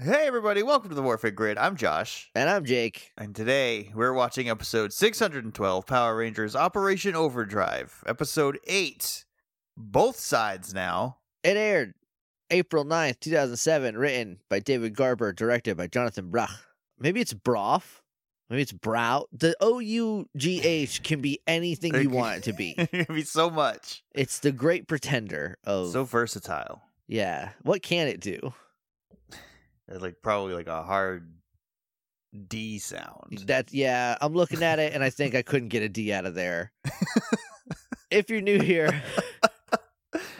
Hey everybody, welcome to the Warfare Grid. I'm Josh, And I'm Jake. and today we're watching episode 612 Power Rangers Operation Overdrive, episode 8. Both sides now. It aired April 9th, 2007, written by David Garber, directed by Jonathan Brach. Maybe it's Broff. Maybe it's Brow. The O U G H can be anything you want it to be. It'd be so much. It's the great pretender of. So versatile. yeah. What can it do? It's like probably like a hard D sound. That yeah, I'm looking at it and I think I couldn't get a D out of there. if you're new here,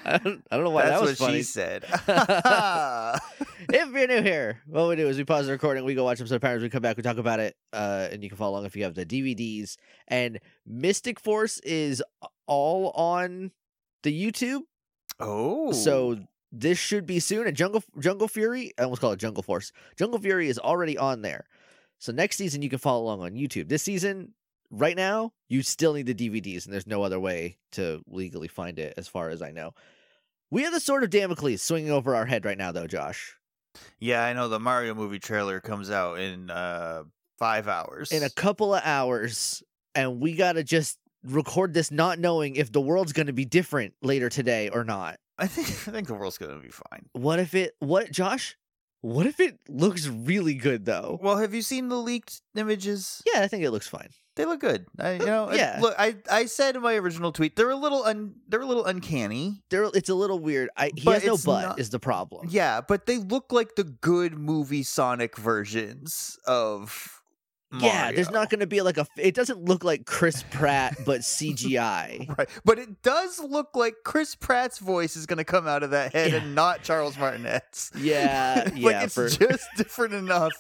I don't, I don't know why That's that was what funny. she said. Oh. if you're new here, what we do is we pause the recording, we go watch episode of Powers, we come back, we talk about it, uh, and you can follow along if you have the DVDs. And Mystic Force is all on the YouTube, oh. so this should be soon. And Jungle Jungle Fury, I almost call it Jungle Force. Jungle Fury is already on there. So next season you can follow along on YouTube. This season, right now, you still need the DVDs, and there's no other way to legally find it, as far as I know. We have the sword of Damocles swinging over our head right now, though, Josh. Yeah, I know the Mario movie trailer comes out in uh 5 hours. in a couple of hours and we got to just record this not knowing if the world's going to be different later today or not. I think I think the world's going to be fine. What if it what Josh? What if it looks really good though? Well, have you seen the leaked images? Yeah, I think it looks fine. They look good. I, you Uh, know, it- yeah. Look, I, I said in my original tweet they're a little un, they're a little uncanny. There it's a little weird. I he But has no it's butt not- is the problem. Yeah, but they look like the good movie Sonic versions of. Yeah, there's Mario. not going to be like a it doesn't look like Chris Pratt but CGI. Right, but it does look like Chris Pratt's voice is going to come out of that head Yeah. and not Charles Martinet's. Yeah, like yeah, it's for- just different enough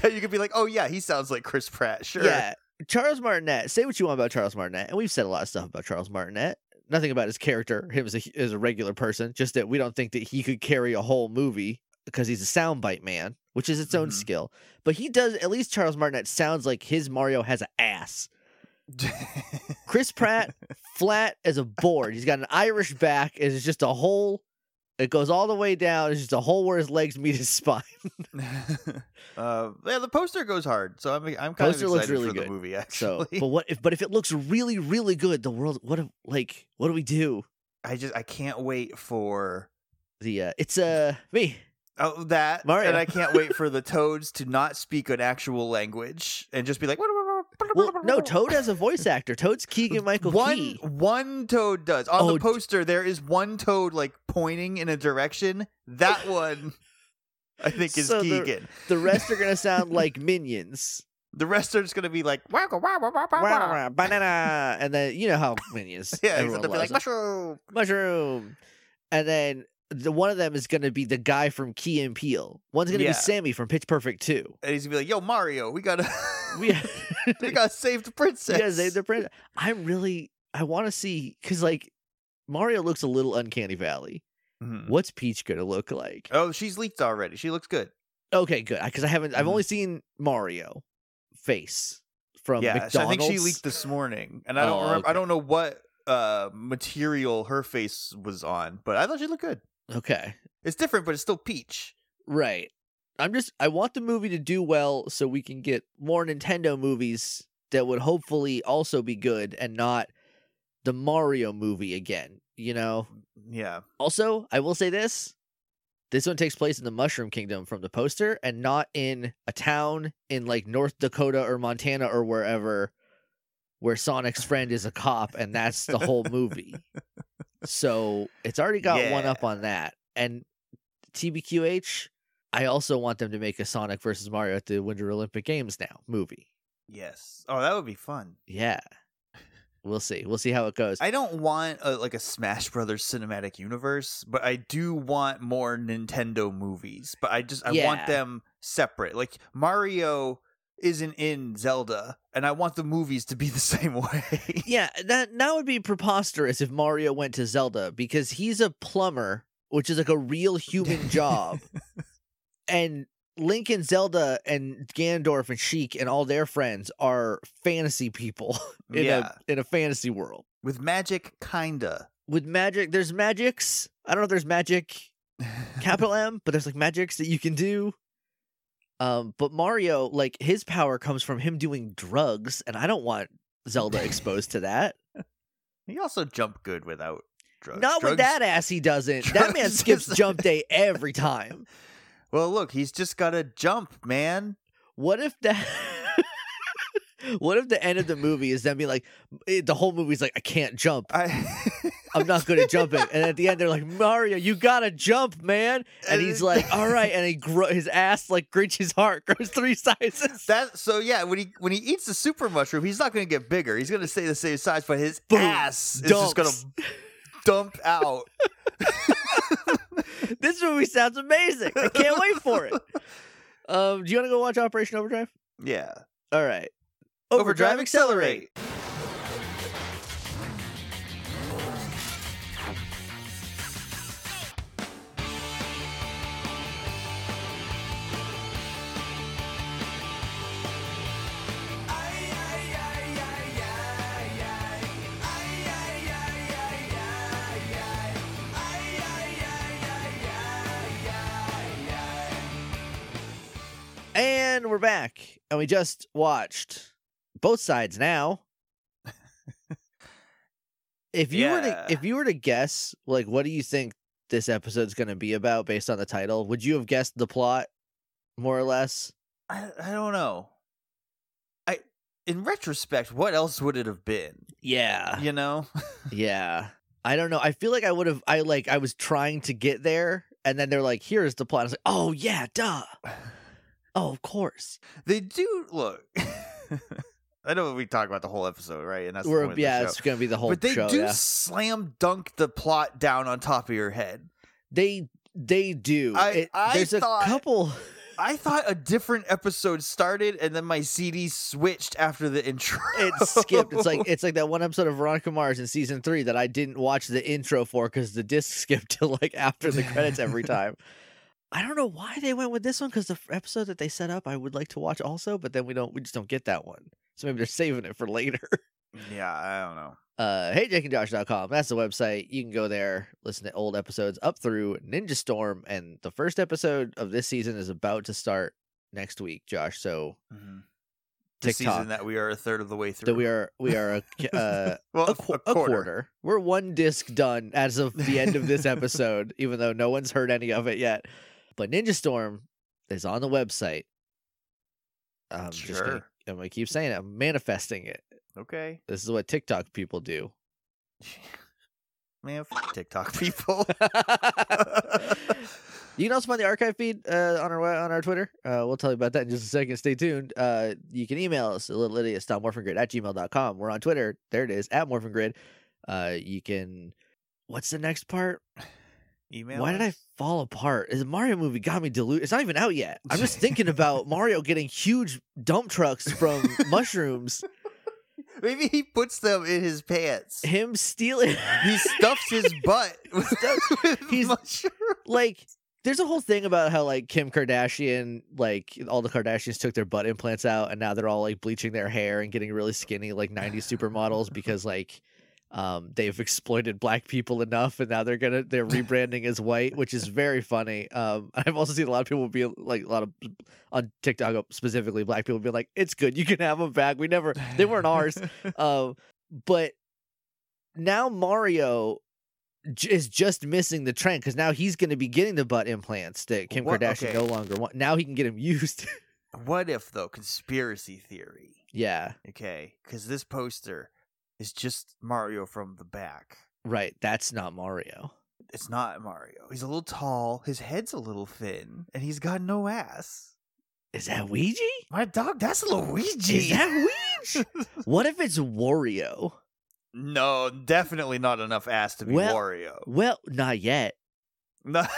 that you could be like, oh yeah, he sounds like Chris Pratt. Sure. Yeah. Charles Martinet, say what you want about Charles Martinet, and we've said a lot of stuff about Charles Martinet. Nothing about his character, him as a, as a regular person, just that we don't think that he could carry a whole movie because he's a soundbite man, which is its own Mhm. skill. But he does, at least Charles Martinet sounds like his Mario has an ass. Chris Pratt, flat as a board. He's got an Irish back, and it's just a hole. It goes all the way down. It's just a hole where his legs meet his spine. uh, yeah, the poster goes hard, so I'm I'm kind Poster of looks excited really for the good. movie. So, Actually, but what if? But if it looks really, really good, the world. What if? Like, what do we do? I just I can't wait for the uh it's uh me oh, that, Mario. and I can't wait for the toads to not speak an actual language and just be like. well no toad has a voice actor toad's keegan michael One key one toad does on Oh, the d- poster. There is one toad like pointing in a direction. That one, I think, is So the- Keegan. the rest are gonna sound like minions The, rest are just gonna be like, "Wah, wah, wah, wah, wah, wah, Wah, wah." wah, banana and then you know how minions yeah, everyone except they'll be like loves mushroom. them. mushroom and then the one of them is gonna be the guy from key and peel one's gonna Yeah. be sammy from pitch perfect 2 And he's gonna be like, "Yo, Mario, we gotta, we, we gotta save the princess." Yeah, save the prince. I'm really I want to see because like Mario looks a little uncanny valley. Mhm. What's Peach gonna look like? Oh, she's leaked already. She looks good. Okay, good. Because I haven't. I've Mhm. only seen Mario face from yeah, McDonald's. so I think she leaked this morning, and I don't Oh, remember. I okay. don't know what uh material her face was on, but I thought she looked good. Okay, It's different, but it's still peach. right. I'm just. I want the movie to do well so we can get more Nintendo movies that would hopefully also be good and not the Mario movie again. You know. Yeah, Also, I will say this. This one takes place in the Mushroom Kingdom from the poster and not in a town in like North Dakota or Montana or wherever where Sonic's friend is a cop and that's the whole movie. So it's already got one up on that. And TBQH, I also want them to make a Sonic versus Mario at the Winter Olympic Games now movie. yes. Oh, that would be fun. Yeah. We'll see. We'll see how it goes. I don't want a, like a Smash Brothers cinematic universe, but I do want more Nintendo movies. But I just I want Yeah. them separate. Like Mario isn't in Zelda, and I want the movies to be the same way. Yeah, that that would be preposterous if Mario went to Zelda because he's a plumber, which is like a real human job, and Link and Zelda and Ganondorf and Sheik and all their friends are fantasy people in yeah, a in a fantasy world with magic, kinda. with magic. There's magics. I don't know if there's magic capital M, but there's like magics that you can do. Um, but Mario, like his power comes from him doing drugs, and I don't want Zelda exposed to that. He also jumped good without drugs. Not Drugs- with that ass, he doesn't. that man drugs skips is- jump day every time. Well, look, he's just got to jump, man. What if that? what if the end of the movie is them being like, eh, the whole movie's like, I can't jump. I I'm not good at jumping. And at the end, they're like, Mario, you gotta jump, man. And he's like, all right. And he gro- his ass, like Grinch's heart, grows three sizes. That so yeah, when he when he eats the super mushroom, he's not going to get bigger. He's going to stay the same size, but his Boom. ass is just going Dumps. to dump out. This movie sounds amazing. I can't wait for it. Um, do you want to go watch Operation Overdrive? Yeah. All right. And we're back. And we just watched both sides now. if you were Yeah. to if you were to guess, like what do you think this episode's gonna be about based on the title, would you have guessed the plot more or less? I, I don't know. I in retrospect, what else would it have been? Yeah. You know? Yeah. I don't know. I feel like I would have I like I was trying to get there and then they're like, here's the plot. I was like, oh yeah, duh. Oh, of course. They do look. I know we talk about the whole episode, right? And that's the We're- point of the yeah, show. it's gonna be the whole but they show, do yeah. slam dunk the plot down on top of your head. They they do. I- It- I there's thought- a couple I thought a different episode started and then my CD switched after the intro. it skipped. It's like it's like that one episode of Veronica Mars in season three that I didn't watch the intro for because the disc skipped to like after the credits every time. I don't know why they went with this one because the f- episode that they set up I would like to watch also, but then we don't we just don't get that one. So maybe they're saving it for later. yeah, I don't know. Uh hey jakeandjosh.com. That's the website. You can go there, listen to old episodes up through Ninja Storm, and the first episode of this season is about to start next week, Josh. So mm The TikTok. season that we are a third of the way through. that we are we are a ca- uh well, a, qu- a quarter. We're one disc done as of the end of this episode, even though no one's heard any of it yet. But Ninja Storm is on the website. I'm just gonna, Sure. I'm gonna keep saying it. I'm manifesting it. Okay. This is what TikTok people do. Man, f- TikTok people. You can also find the archive feed uh, on our we- on our Twitter. Uh, we'll tell you about that in just a second. Stay tuned. Uh, you can email us at littleidiots.morphingrid at gmail.com. We're on Twitter. There it is, at morphingrid. Uh, you can. What's the next part? Email. Why did I us. fall apart? Is the Mario movie got me diluted? It's not even out yet. I'm just thinking about Mario getting huge dump trucks from mushrooms. Maybe he puts them in his pants. Him stealing. he stuffs his butt with, with he's- mushroom. like there's a whole thing about how like Kim Kardashian, like all the Kardashians took their butt implants out and now they're all like bleaching their hair and getting really skinny like 90s supermodels because like um they've exploited black people enough and now they're gonna they're rebranding as white, which is very funny. Um I've also seen a lot of people be like a lot of on TikTok specifically black people be like, It's good, you can have them back. We never they weren't ours. Um, but now Mario j- is just missing the trend because now he's going to be getting the butt implants that Kim What- Kardashian okay. no longer want. Now he can get them used. What if though? Conspiracy theory. yeah, Okay, because this poster is just Mario from the back. right. That's not Mario. It's not Mario. He's a little tall. His head's a little thin, and he's got no ass. Is that Ouija? My dog, that's Luigi. Is that Ouija? what if it's Wario? no, definitely not enough ass to be Well- Wario. Well, not yet. No.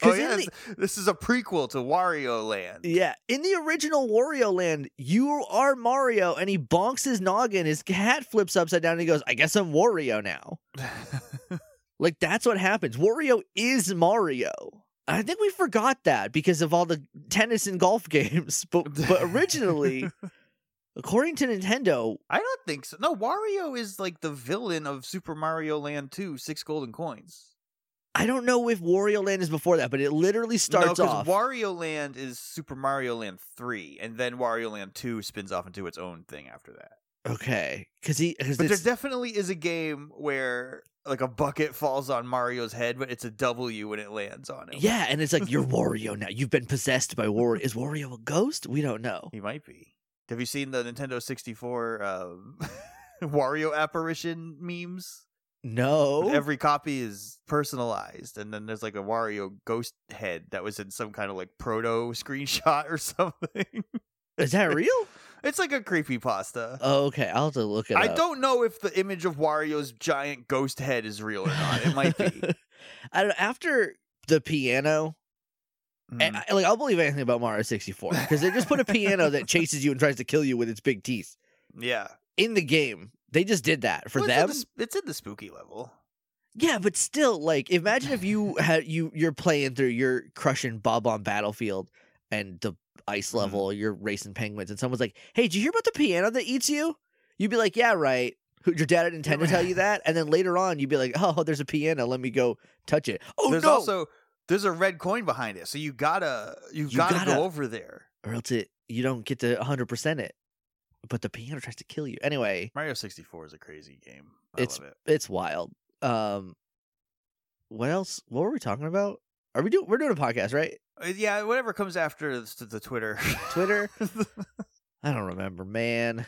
'Cause oh in yeah, the- it's- this is a prequel to Wario Land. Yeah, in the original Wario Land, you are Mario, and he bonks his noggin. His hat flips upside down, and he goes, "I guess I'm Wario now." Like that's what happens. Wario is Mario. I think we forgot that because of all the tennis and golf games. But but originally, according to Nintendo, I don't think so. No, Wario is like the villain of Super Mario Land 2, Six Golden Coins. I don't know if Wario Land is before that, but it literally starts no, off. Wario Land is Super Mario Land 3, and then Wario Land 2 spins off into its own thing after that. okay, because he because But there it's definitely is a game where like a bucket falls on Mario's head, but it's a W when it lands on him. yeah, and it's like you're Wario now. You've been possessed by Wario. Is Wario a ghost? We don't know. He might be. Have you seen the Nintendo 64 um, Wario apparition memes? No. Every copy is personalized, and then there's like a Wario ghost head that was in some kind of like proto screenshot or something. is that real? it's like a creepy pasta. Oh, okay, I'll have to look it I up. don't know if the image of Wario's giant ghost head is real or not. It might be. I don't, after the piano, and Mm. I, like I'll believe anything about Mario 64 because they just put a piano that chases you and tries to kill you with its big teeth yeah, in the game. They just did that for Well, it's in them. the s- it's in the spooky level. Yeah, but still, like, imagine if you had you you're playing through, you're crushing Bob on Battlefield and the ice Mhm. level, you're racing penguins, and someone's like, "Hey, did you hear about the piano that eats you?" You'd be like, "Yeah, right." Who your dad didn't intend to tell you that, and then later on, you'd be like, "Oh, there's a piano. Let me go touch it." Oh there's no, also there's a red coin behind it, so you gotta you, You gotta, gotta- go over there. or else it you don't get to 100 percent it. But the piano tries to kill you anyway. Mario 64 is a crazy game. I love it. It's wild. Um, what else? What were we talking about? Are we doing? We're doing a podcast, right? Uh, Yeah, whatever comes after the, the Twitter. Twitter. I don't remember, man.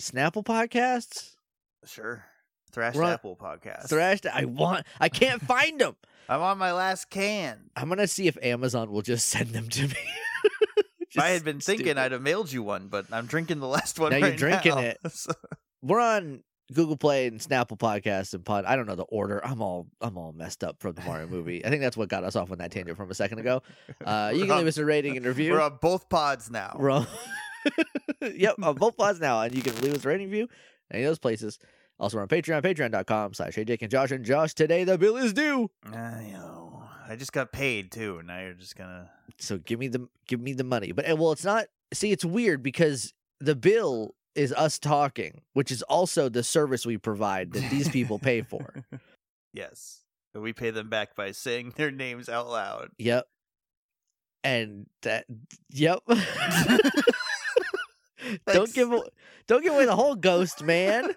Snapple podcasts? sure. Thrash We're on- Apple podcast. Thrashed. I want. I can't find them. I'm on my last can. I'm gonna see if Amazon will just send them to me. If I had been thinking stupid. I'd have mailed you one, but I'm drinking the last one. Now right you're drinking now. it. So- We're on Google Play and Snapple podcasts and pod. I don't know the order. I'm all. I'm all messed up from the Mario movie. I think that's what got us off on that tangent from a second ago. Uh, you We're can on- leave us a rating and review. We're on both pods now. Wrong. yep, on both pods now, and you can leave us a rating review, any of those places. Also, we're on Patreon, patreon.com slash hey Jake and Josh. And Josh, today the bill is due. I know. I just got paid too. Now you're just gonna. So give me the give me the money. But eh, well, it's not see, it's weird because the bill is us talking, which is also the service we provide that these people pay for. Yes. And we pay them back by saying their names out loud. Yep. And that yep. don't Thanks. give a- don't give away the whole ghost, man.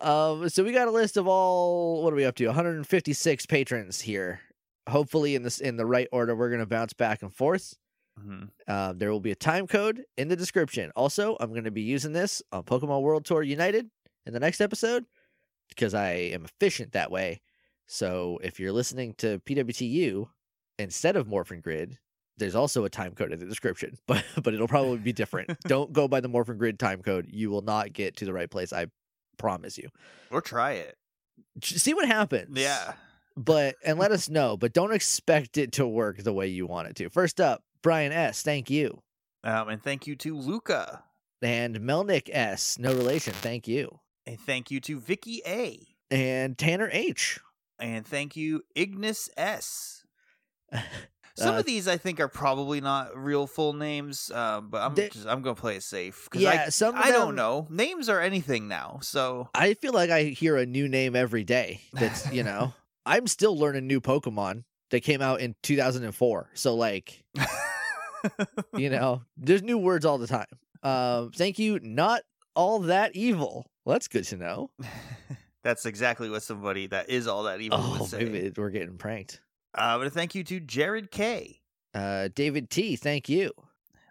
Um, so we got a list of all what are we up to? 156 patrons here. Hopefully, in this in the right order, we're gonna bounce back and forth. Mhm. Um, there will be a time code in the description. Also, I'm gonna be using this on Pokemon World Tour United in the next episode because I am efficient that way. So if you're listening to PWTU instead of Morphin Grid, there's also a time code in the description, but but it'll probably be different. Don't go by the Morphin Grid time code. You will not get to the right place. I promise you Or try it. j- see what happens. Yeah. But and let us know, but don't expect it to work the way you want it to. First up, Brian S, thank you. Um, and thank you to Luca. And Melnick S, no relation, thank you. And thank you to Vicky A. And Tanner H. And thank you, Ignis S. Some Uh, of these I think are probably not real full names, uh, but I'm They- just, I'm gonna play it safe because yeah, some I, of I don't them- know names are anything now. So I feel like I hear a new name every day. That's you know, I'm still learning new Pokemon that came out in 2004. So like, you know, there's new words all the time. Um, thank you. Not all that evil. Well, that's good to know. that's exactly what somebody that is all that evil Oh, would say. maybe we're getting pranked. Uh, but thank you to Jared K. Uh, David T, thank you.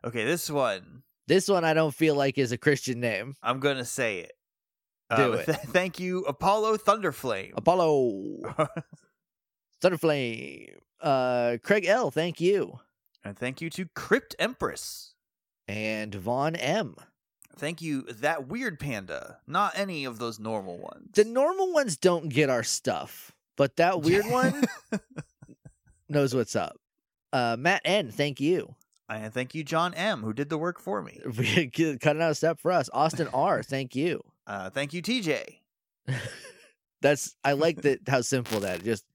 Okay, this one This one I don't feel like is a Christian name. I'm gonna say it. Do Uh, it. th- thank you, Apollo Thunderflame. Apollo, Thunderflame, uh, Craig L, thank you. and thank you to Crypt Empress. And Von M. Thank you, that weird panda. Not any of those normal ones. The normal ones don't get our stuff, but that weird one knows what's up. Uh, Matt N, thank you. and thank you, John M, who did the work for me. We Cutting out a step for us. Austin R, thank you. Uh, thank you, TJ. That's I like that how simple that just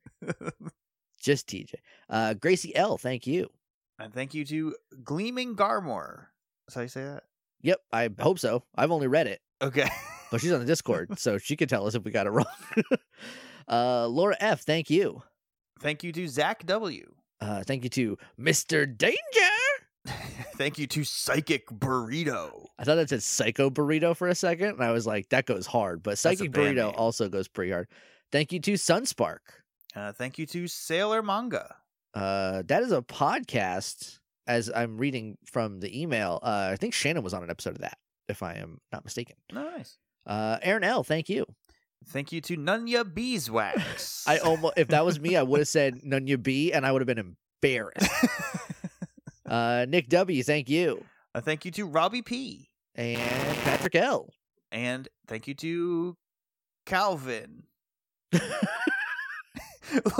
just TJ. Uh, Gracie L, thank you. And thank you to Gleaming Garmore. Is how you say that? Yep, I hope so. I've only read it. Okay. But she's on the Discord, so she could tell us if we got it wrong. uh, Laura F, thank you. Thank you to Zach W. Uh, thank you to Mr. Danger. Thank you to Psychic Burrito. I thought that said Psycho Burrito for a second, and I was like, that goes hard. But a Psychic band Burrito name. also goes pretty hard. Thank you to Sunspark. Uh, thank you to Sailor Manga. Uh, that is a podcast. As I'm reading from the email, uh, I think Shannon was on an episode of that, if I am not mistaken. Nice. Uh, Aaron L, thank you. Thank you to Nunya Beeswax. I almost, if that was me, I would have said Nunya B, and I would have been embarrassed. Uh, Nick W, thank you, A Uh, thank you to Robbie P. and Patrick L. And thank you to Calvin.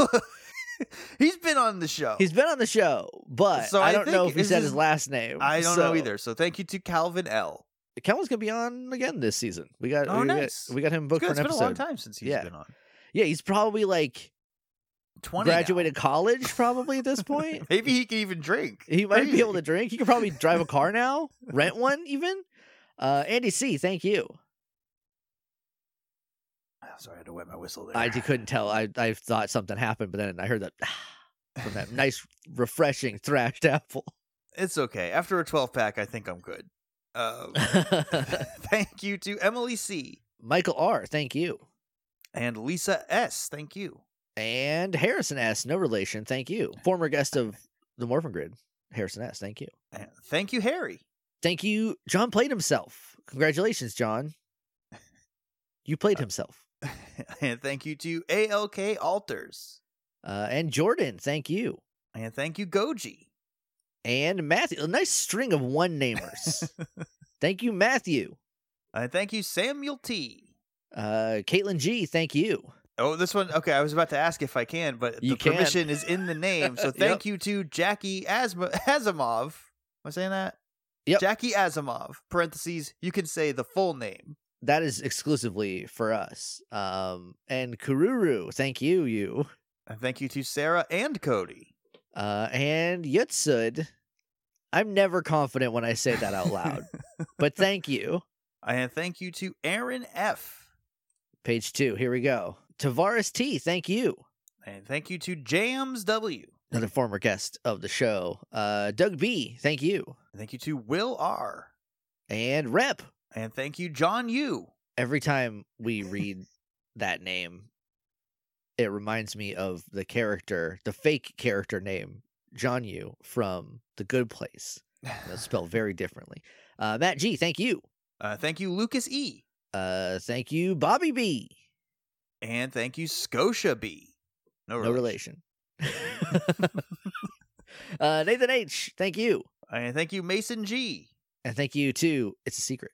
He's been on the show. He's been on the show, but So I I don't know think if he this said is- his last name. I don't so- know either. So thank you to Calvin L. Kelvin's gonna be on again this season. We got Oh, we, nice. got, we got him It's booked good. for It's an been a episode. long time since he's Yeah. been on. Yeah, he's probably like 20 now. graduated college, probably at this point. Maybe he can even drink. he might be able to Crazy. drink. He could probably drive a car now, rent one even. Uh, Andy C, thank you. Ah, Sorry, I had to wet my whistle there. I d- couldn't tell. I I thought something happened, but then I heard that from that nice, refreshing thrashed apple. It's okay. After a 12 pack, I think I'm good. Um, thank you to Emily C. Michael R, thank you, and Lisa S. Thank you. and Harrison S, no relation, thank you. Former guest of the Morphin Grid, Harrison S, thank you. And thank you, Harry. Thank you. John played himself. Congratulations, John. You played himself. and thank you to ALK Alters. Uh, and Jordan, thank you. And thank you, Goji. And Matthew. A nice string of one namers. thank you, Matthew. and thank you, Samuel T. Uh, Caitlin G, thank you. Oh, this one. Okay, I was about to ask if I can, but You the can. permission is in the name. So Yep. thank you to Jackie Asma- Asimov. Am I saying that? Yep. Jackie Asimov. Parentheses. You can say the full name. That is exclusively for us. Um, and Kururu, thank you, you. And thank you to Sarah and Cody. Uh, and Yutsud. I'm never confident when I say that out loud, but thank you. And thank you to Aaron F. Page two, here we go. Tavares T, thank you. And thank you to Jams W. another former guest of the show, uh, Doug B. Thank you, And thank you to Will R. and Rep. And thank you, John U. Every time we read that name, it reminds me of the character, the fake character name John Yu from The Good Place. And It's spelled very differently. Uh, Matt G. Thank you. Uh, thank you, Lucas E. Uh, thank you, Bobby B. And thank you, Scotia B. No, No relation. uh, Nathan H. Thank you, And thank you, Mason G. and thank you too. It's a secret.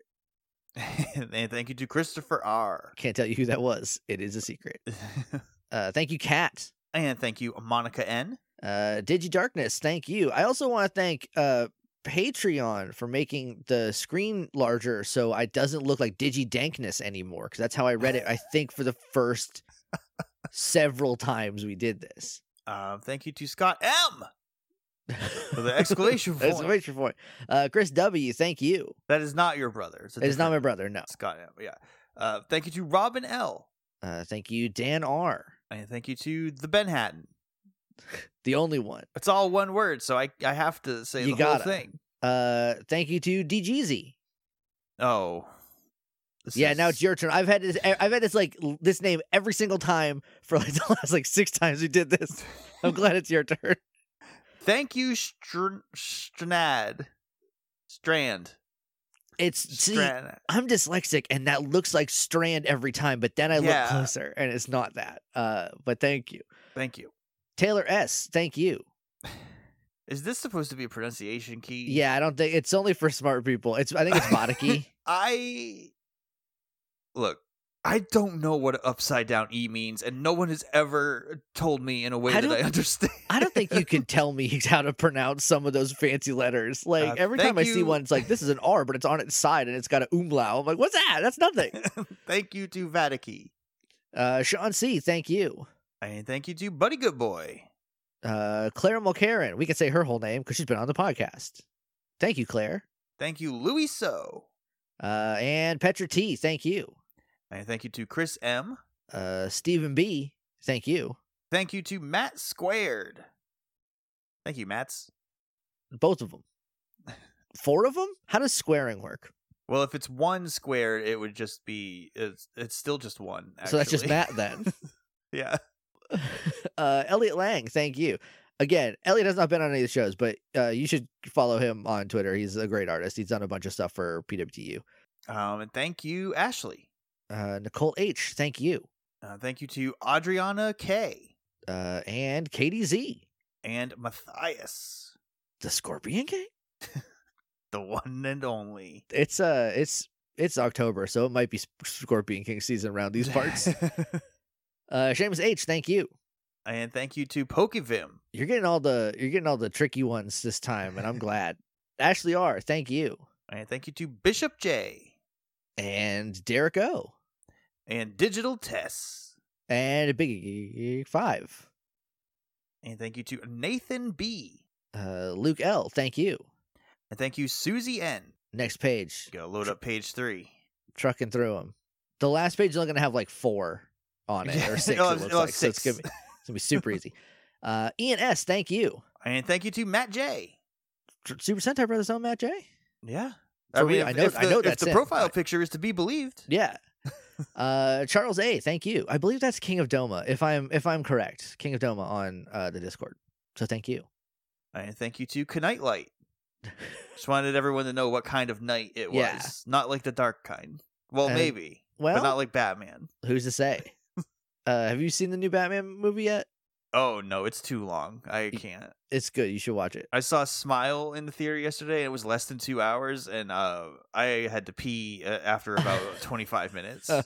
and thank you to Christopher R. Can't tell you who that was. It is a secret. Uh, thank you, Kat. and thank you, Monica N. Uh, Digi Darkness, thank you. I also want to thank uh, Patreon for making the screen larger so it doesn't look like Digi Dankness anymore. Because that's how I read it. I think for the first several times we did this. Um, thank you to Scott M. With an exclamation point. Exclamation point. Uh, Chris W, thank you. That is not your brother. It's, a It's not my different- brother. No. Scott M. Yeah. Uh, thank you to Robin L. Uh, thank you, Dan R, And thank you to the Ben Hatton. the only one. It's all one word, so I, I have to say You the whole gotta. thing. Uh, thank you to DGZ. Oh. This Yeah, now is- it's your turn. I've had this. I've had this like l- this name every single time for like the last like six times we did this. I'm glad it's your turn. Thank you, Str- Strand. Strand. It's see, Strand. I'm dyslexic, and that looks like strand every time. But then I Yeah. look closer, and it's not that. Uh, but thank you, Thank you. Taylor S. Thank you. Is this supposed to be a pronunciation key? Yeah, I don't think it's only for smart people. It's I think it's Vodiki. I look. I don't know what upside down E means, and no one has ever told me in a way I that I don't- understand. I don't think you can tell me how to pronounce some of those fancy letters. Like Uh, every thank time I see you. one, it's like this is an R, but it's on its side and it's got an umlaut. I'm like, what's that? That's nothing. thank you to Vatican, Uh, Sean C. Thank you. and thank you to Buddy Good Boy, uh, Claire Mulcairn. We can say her whole name because she's been on the podcast. Thank you, Claire. thank you Louis So, Uh, and Petra T. Thank you. and thank you to Chris M, Uh, Stephen B. Thank you. Thank you to Matt Squared. Thank you, Matts. Both of them. Four of them? How does squaring work? Well, if it's one squared, it would just be it's, it's still just one. So that's just actually. Matt then. yeah. uh, Elliot Lang, thank you. Again, Elliot has not been on any of the shows, but uh, you should follow him on Twitter. He's a great artist. He's done a bunch of stuff for PWTU. Um, and thank you, Ashley. Uh, Nicole H, thank you. Uh, thank you to Adriana K Uh, and Katie Z, and Matthias, the Scorpion King. the one and only. It's uh, it's it's October, so it might be Sp- Scorpion King season around these parts. uh, Seamus H, thank you. and thank you to Pokevim. You're getting all the you're getting all the tricky ones this time, and I'm glad. Ashley R, thank you. And thank you to Bishop J And Derek O, and Digital Tess. and Big Five. And thank you to Nathan B. Uh, Luke L, thank you. And thank you, Susie N. Next page, Gotta load up page three. trucking through them. The last page is only gonna have like four on it or six. Oh, it looks oh, like. So it's gonna be six. it's gonna be super easy. Uh, Ian S, thank you. And thank you to Matt J. Tr- Super Sentai Brothers on Matt J. Yeah. For real, I know- if I the, know if that's the it, profile but- picture is to be believed. Yeah. Uh, Charles A, thank you. I believe that's King of Doma, if I'm if I'm correct. King of Doma on uh, the Discord. So thank you. And thank you to Knightlight. Just wanted everyone to know what kind of knight it was. Yeah. Not like the dark kind. Well, And- maybe. Well, but not like Batman. who's to say? uh, have you seen the new Batman movie yet? Oh no, it's too long. I can't. It's good. You should watch it. I saw Smile in the theater yesterday. And it was less than two hours, and uh, I had to pee uh, after about twenty five minutes, and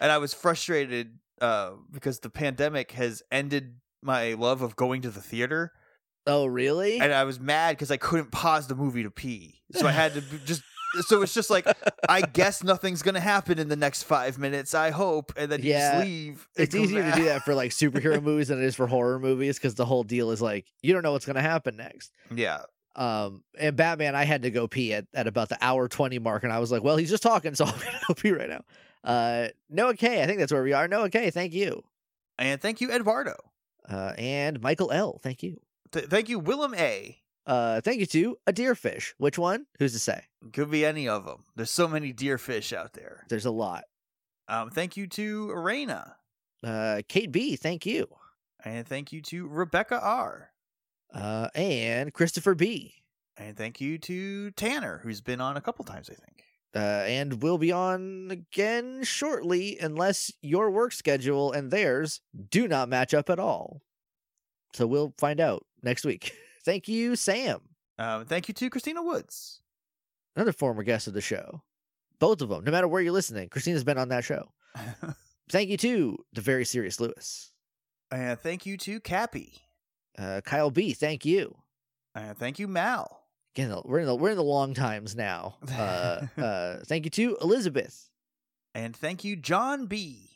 I was frustrated uh, because the pandemic has ended my love of going to the theater, oh, really? and I was mad because I couldn't pause the movie to pee, so I had to b- just. So it's just like I guess nothing's gonna happen in the next five minutes. I hope, and then you Yeah. just leave. and it's come easier to back. do that for like superhero movies than it is for horror movies because the whole deal is like you don't know what's gonna happen next. Yeah, Um, and Batman, I had to go pee at, at about the hour twenty mark, and I was like, "Well, he's just talking, so I'm gonna go pee right now." Uh, Noah K, I think that's where we are. Noah K, thank you. and thank you, Eduardo. Uh, and Michael L, thank you. Th- thank you, Willem A. Uh, thank you to a deer fish. Which one? Who's to say? Could be any of them. There's so many deer fish out there. There's a lot. Um, thank you to Raina. Uh, Kate B, thank you. And thank you to Rebecca R. Uh, and Christopher B. And thank you to Tanner, who's been on a couple times, I think. uh, and will be on again shortly unless your work schedule and theirs do not match up at all. So we'll find out next week. Thank you, Sam, Um, thank you to Christina Woods. another former guest of the show. Both of them, no matter where you're listening, Christina's been on that show. Thank you to the very serious Lewis, and thank you to Cappy. uh, Kyle B. Thank you. And thank you, Mal. Again, we're in the we're in the long times now. Uh, uh, thank you to Elizabeth. And thank you, John B.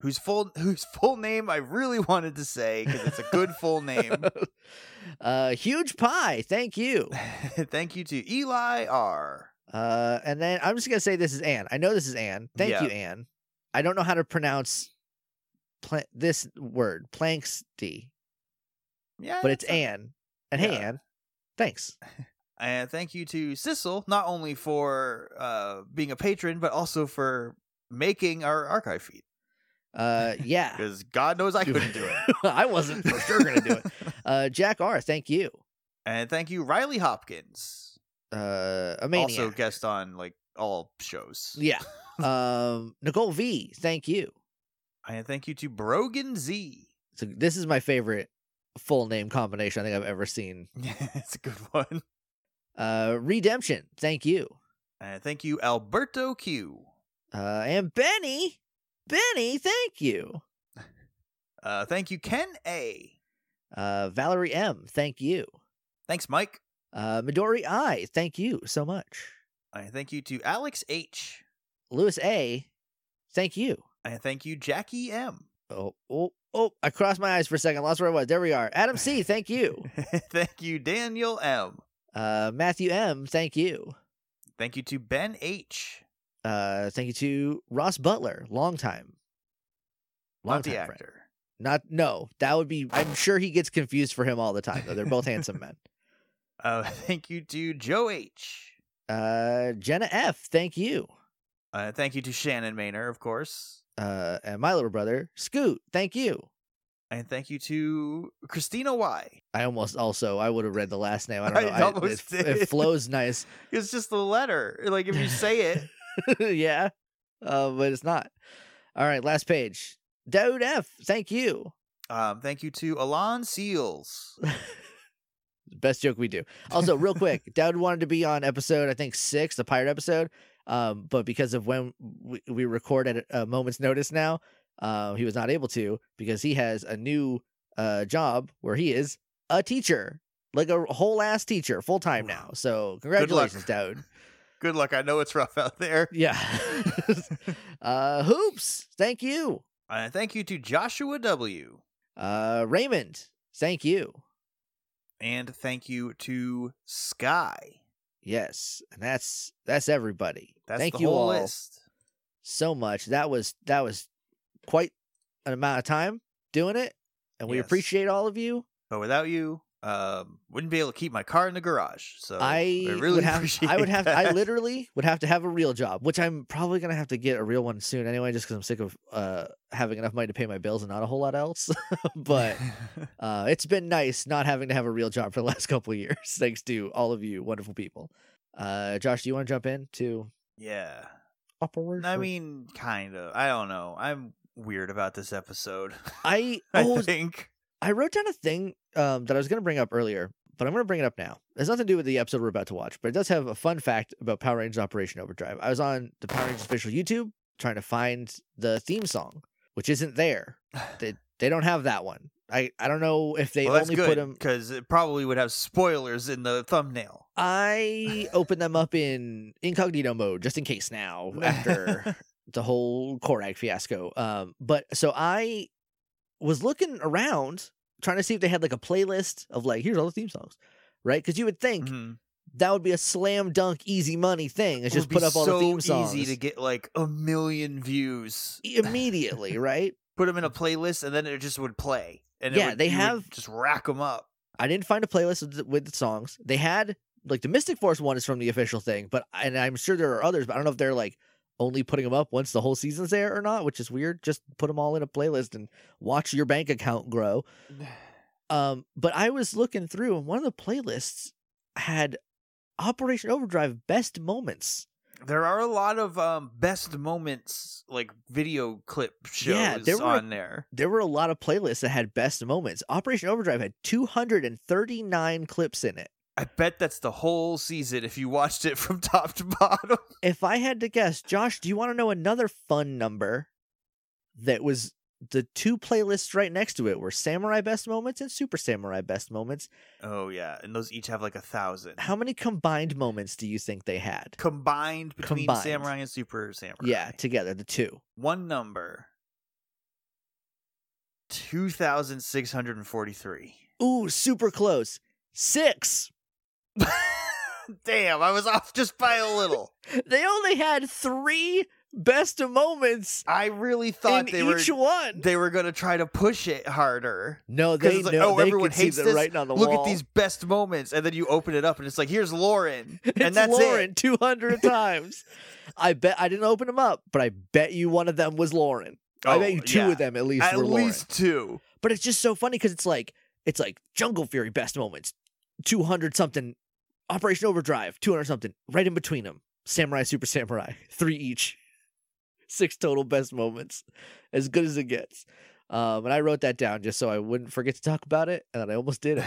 Whose full whose full name I really wanted to say because it's a good full name. uh, huge pie. Thank you. thank you to Eli R. Uh, and then I'm just gonna say this is Anne. I know this is Anne. Thank Yeah. you, Anne. I don't know how to pronounce pla- this word, Planks D, Yeah, but it's Oh, that's a- Anne. And hey, Yeah. Anne, thanks. And thank you to Sissel, not only for uh, being a patron, but also for making our archive feed. Uh, yeah, Because God knows I couldn't do it. I wasn't for sure gonna do it. Uh, Jack R, thank you. and thank you, Riley Hopkins. Uh, a maniac. Also guest on like all shows. yeah. Um, Nicole V, thank you. And thank you to Brogan Z. So this is my favorite full name combination I think I've ever seen. it's a good one. Uh, Redemption, thank you. And thank you, Alberto Q. Uh, and Benny, Benny, thank you. Uh, thank you, Ken A. Uh, Valerie M, thank you. Thanks, Mike. Uh, Midori I, thank you so much. And thank you to Alex H. Lewis A, thank you. And thank you, Jackie M. Oh, oh, oh, I crossed my eyes for a second. Lost where I was. There we are. Adam C, thank you. thank you, Daniel M. Uh, Matthew M, thank you. Thank you to Ben H. Uh, thank you to Ross Butler, long time. Long not the time friend. actor. Not no, that would be. I'm sure he gets confused for him all the time. Though they're both handsome men. Uh, thank you to Joe H. Uh, Jenna F. Thank you. Uh, thank you to Shannon Maynor, of course. Uh, and my little brother Scoot. Thank you. And thank you to Christina Y. I almost also I would have read the last name. I I don't know. almost it, did. it flows nice. It's just the letter. Like if you say it, yeah, uh, but it's not. All right, last page. Dode F. Thank you. um, thank you to Alon Seals. Best joke we do. Also, real quick, Dowd wanted to be on episode I think six, the pirate episode, um, but because of when we, we record at a, a moment's notice now, uh, he was not able to because he has a new uh, job where he is a teacher, like a whole ass teacher, full time now. So congratulations, Dowd. Good luck. I know it's rough out there. Yeah. uh, hoops. Thank you, Uh, thank you to Joshua W. uh, Raymond. Thank you. And thank you to Sky. Yes, and that's that's everybody. That's Thank the you whole all. list. so much. That was that was quite an amount of time doing it, and we Yes. appreciate all of you. But without you, um, wouldn't be able to keep my car in the garage. So I Oh, really would have appreciate I would have I that. literally would have to have a real job, which I'm probably gonna have to get a real one soon anyway, just because I'm sick of uh having enough money to pay my bills and not a whole lot else. but uh it's been nice not having to have a real job for the last couple of years, thanks to all of you wonderful people. Uh Josh, do you want to jump in to yeah, operation? I mean, kind of. I don't know. I'm weird about this episode. I I oh think. I wrote down a thing um, that I was going to bring up earlier, but I'm going to bring it up now. It has nothing to do with the episode we're about to watch, but it does have a fun fact about Power Rangers Operation Overdrive. I was on the Power Rangers official YouTube trying to find the theme song, which isn't there. They they don't have that one. I, I don't know if they well, that's only put good them. because it probably would have spoilers in the thumbnail. I opened them up in incognito mode just in case now after the whole Korag fiasco. Um, but so I was looking around trying to see if they had like a playlist of like here's all the theme songs, right? Because you would think Mhm. that would be a slam dunk, easy money thing. It's It would just be put up all so the theme songs Easy to get like a million views. immediately, right? Put them in a playlist, and then it just would play. And it Mm-hmm. Yeah, would- they you would have- just rack them up. I didn't find a playlist with the, with the songs. They had like the Mystic Force one is from the official thing, but and I'm sure there are others, but I don't know if they're like only putting them up once the whole season's there or not, which is weird. Just put them all in a playlist and watch your bank account grow. Um, but I was looking through, and one of the playlists had Operation Overdrive best moments. There are a lot of um, best moments, like video clip shows Yeah, there were a- on there. There were a lot of playlists that had best moments. Operation Overdrive had 239 clips in it. I bet that's the whole season if you watched it from top to bottom. If I had to guess, Josh, do you want to know another fun number that was the two playlists right next to it were Samurai Best Moments and Super Samurai Best Moments? Oh yeah, and those each have like a thousand How many combined moments do you think they had? combined between Combined. Samurai and Super Samurai. Yeah, together, the two. one number. Two thousand six hundred and forty-three. Ooh, super close. Six. Damn, I was off just by a little. They only had three best moments I really thought in they were each one. they were gonna try to push it harder. 'Cause no, they it's like, know oh, they everyone could see hates the this. writing on the Look wall. at these best moments, and then you open it up, and it's like, here's Lauren, It's and that's Lauren it. two hundred times. I bet I didn't open them up, but I bet you one of them was Lauren. I Oh, bet you two yeah. of them at least At were Lauren. least two. But it's just so funny because it's like it's like Jungle Fury best moments, two hundred something, Operation Overdrive two hundred something, right in between them. Samurai Super Samurai three each, six total best moments, as good as it gets. Um, and I wrote that down just so I wouldn't forget to talk about it, and I almost did it.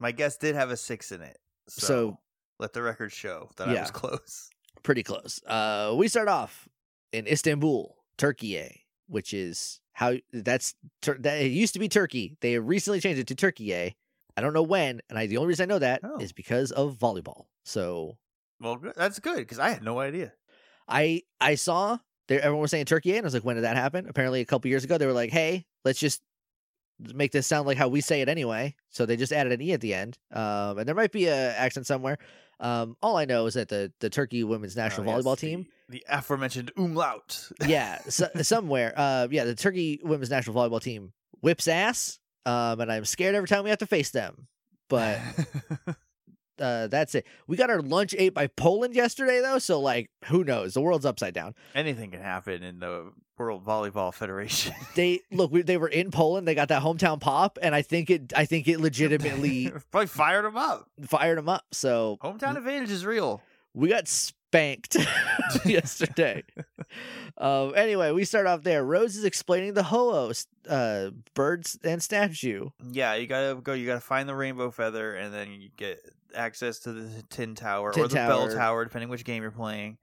My guess did have a six in it, so, So- let the record show that I Yeah. was close. pretty close. Uh, we start off in Istanbul, Turkey, eh, which is how that's Tur- that it used to be Turkey. They recently changed it to Turkey. eh. I don't know when, and I the only reason I know that is Oh. because of volleyball. So Well, good- that's good because I had no idea. I I saw there everyone was saying Turkey, eh, and I was like, when did that happen? Apparently, a couple years ago, they were like, hey, let's just make this sound like how we say it anyway. So they just added an e at the end, um, and there might be a accent somewhere. Um, all I know is that the the Turkey women's national Oh, yes, volleyball team the, the aforementioned umlaut. uh, yeah, so, somewhere. Uh, yeah, the Turkey women's national volleyball team whips ass. Um, and I'm scared every time we have to face them. But uh, that's it. We got our lunch ate by Poland yesterday, though. So like, who knows? The world's upside down. Anything can happen in the World Volleyball Federation. They look. We, they were in Poland. They got that hometown pop, and I think it. I think it legitimately Probably fired them up. fired them up. So Hometown advantage is real. we got spanked yesterday. um, anyway, we start off there. Rose is explaining the Ho-Oh uh, birds and statue. Yeah, you gotta go. You gotta find the rainbow feather, and then you get access to the tin tower Tin or the bell tower. tower, depending which game you're playing.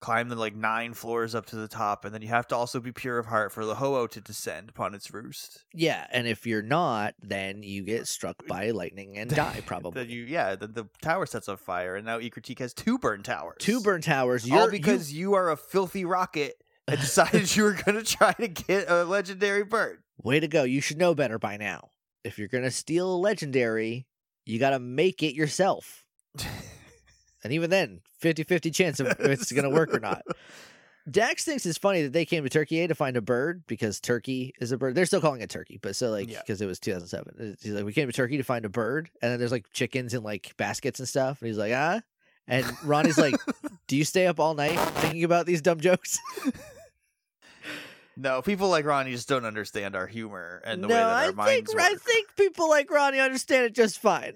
Climb the like nine floors up to the top, and then you have to also be pure of heart for the ho-oh to descend upon its roost. Yeah, and if you're not, then you get struck by lightning and die probably. Then you, yeah, then the tower sets on fire, and now Ikritik has two burn towers. Two burn towers. You're, all because you... are a filthy rocket and decided you were gonna try to get a legendary bird. Way to go. You should know better by now. If you're going to steal a legendary, you got to make it yourself. and even then, 50 50 chance of if it's going to work or not. Dax thinks it's funny that they came to Turkey to find a bird because Turkey is a bird. They're still calling it Turkey, but so like Yeah. because it was 2007. He's like, we came to Turkey to find a bird, and then there's like chickens in like baskets and stuff. And he's like, ah. And Ronnie's like, do you stay up all night thinking about these dumb jokes? No, people like Ronnie just don't understand our humor and the no, way that our I minds think work. I think people like Ronnie understand it just fine.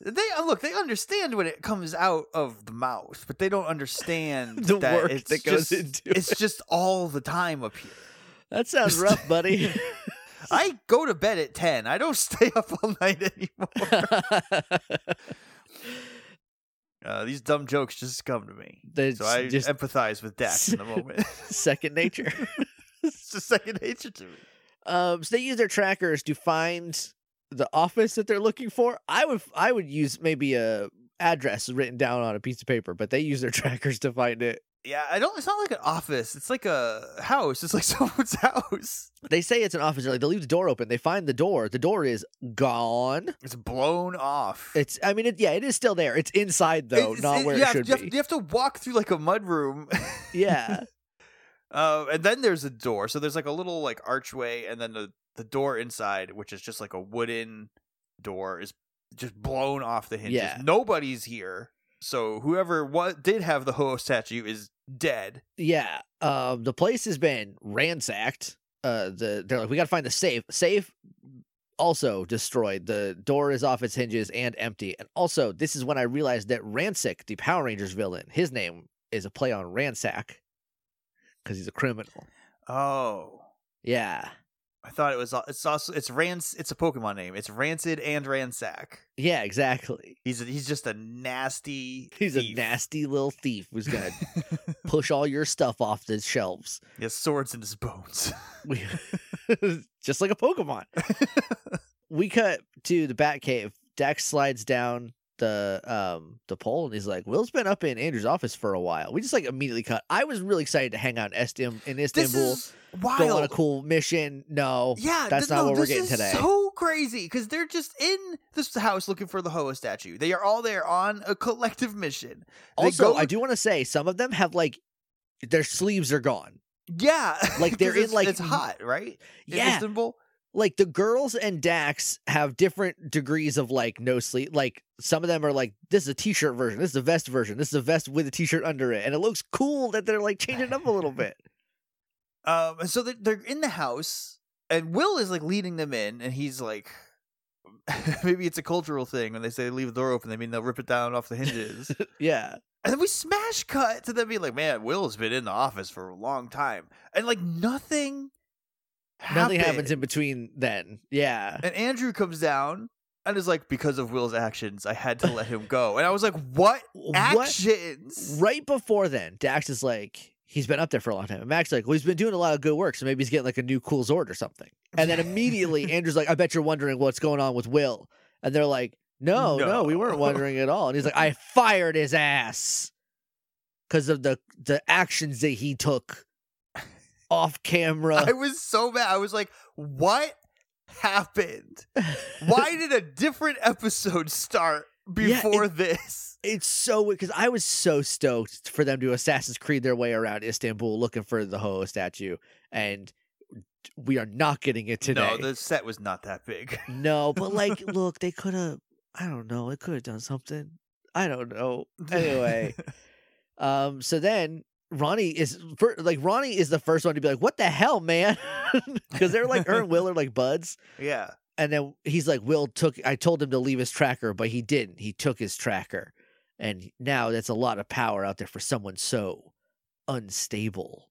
They uh, look. They understand when it comes out of the mouth, but they don't understand The that work it's that goes just, into It's just all the time up here. That sounds rough, buddy. I go to bed at ten. I don't stay up all night anymore. Uh, these dumb jokes just come to me, They so I just- empathize with Dax in the moment. Second nature. it's just second nature to me. Um, so they use their trackers to find the office that they're looking for. I would I would use maybe a address written down on a piece of paper, but they use their trackers to find it. Yeah, I don't. It's not like an office. It's like a house. It's like someone's house. They say it's an office. They're like they leave the door open. They find the door. The door is gone. It's blown off. It's I mean it, yeah, it is still there. It's inside though, It's- not it- where you it have- should you have- be. you have to walk through like a mud room yeah. Uh, and then there's a door. So there's like a little like archway, and then the the door inside, which is just like a wooden door, is just blown off the hinges. Yeah. Nobody's here. So whoever what did have the Ho statue is dead. Yeah. Um the place has been ransacked. Uh the they're like, we gotta find the safe. Safe also destroyed. The door is off its hinges and empty. And also, this is when I realized that Rancic, the Power Rangers villain, his name is a play on ransack. Because he's a criminal. Oh, Yeah. I thought it was. It's also it's Rans. It's a Pokemon name. It's Rancid and Ransack. Yeah, exactly. He's a, he's just a nasty. He's a thief. nasty little thief who's gonna push all your stuff off the shelves. He has swords in his bones. We, just like a Pokemon. we cut to the Batcave. Dax slides down the um the pole and he's like, Will's been up in Andrew's office for a while. We just like immediately cut. I was really excited to hang out in, Istam- in this Istanbul, is wild. go on a cool mission. No. Yeah, That's th- not no, what we're this getting is today. So crazy because they're just in this house looking for the Hoa statue. They are all there on a collective mission. They also, go- I do want to say some of them have like their sleeves are gone. Yeah, Like, they're 'Cause in, it's- like, it's hot, right? In Yeah. Istanbul. like the girls and Dax have different degrees of like no sleep. Like some of them are like, this is a t-shirt version, this is a vest version, this is a vest with a t-shirt under it, and it looks cool that they're like changing it up a little bit. Um, and so they're, they're in the house, and Will is like leading them in, and he's like, maybe it's a cultural thing when they say leave the door open, they mean they'll rip it down off the hinges. Yeah, And then we smash cut to them being like, man, Will's been in the office for a long time. And like nothing nothing happened. happens in between then. Yeah, And Andrew comes down and is like, because of Will's actions, I had to let him go. And I was like, what what? actions? Right before then, Dax is like, he's been up there for a long time. And Mac's like, well, he's been doing a lot of good work, so maybe he's getting like a new cool Zord or something. And then immediately, Andrew's like, I bet you're wondering what's going on with Will. And they're like, no, no, we weren't No. wondering at all. And he's like, I fired his ass because of the the actions that he took off I camera. was so mad. I was like, what happened? Why did a different episode start Yeah, before this? It's so weird because I was so stoked for them to Assassin's Creed their way around Istanbul looking for the Ho statue, and we are not getting it today. No, the set was not that big. No, but like, look, they could have. I don't know. It could have done something. I don't know. Anyway, um, so then Ronnie is fir- like Ronnie is the first one to be like, "What the hell, man?" Because they're like her and Will are like buds, yeah. and then he's like, "Will took. I told him to leave his tracker, but he didn't. He took his tracker, and now that's a lot of power out there for someone so unstable."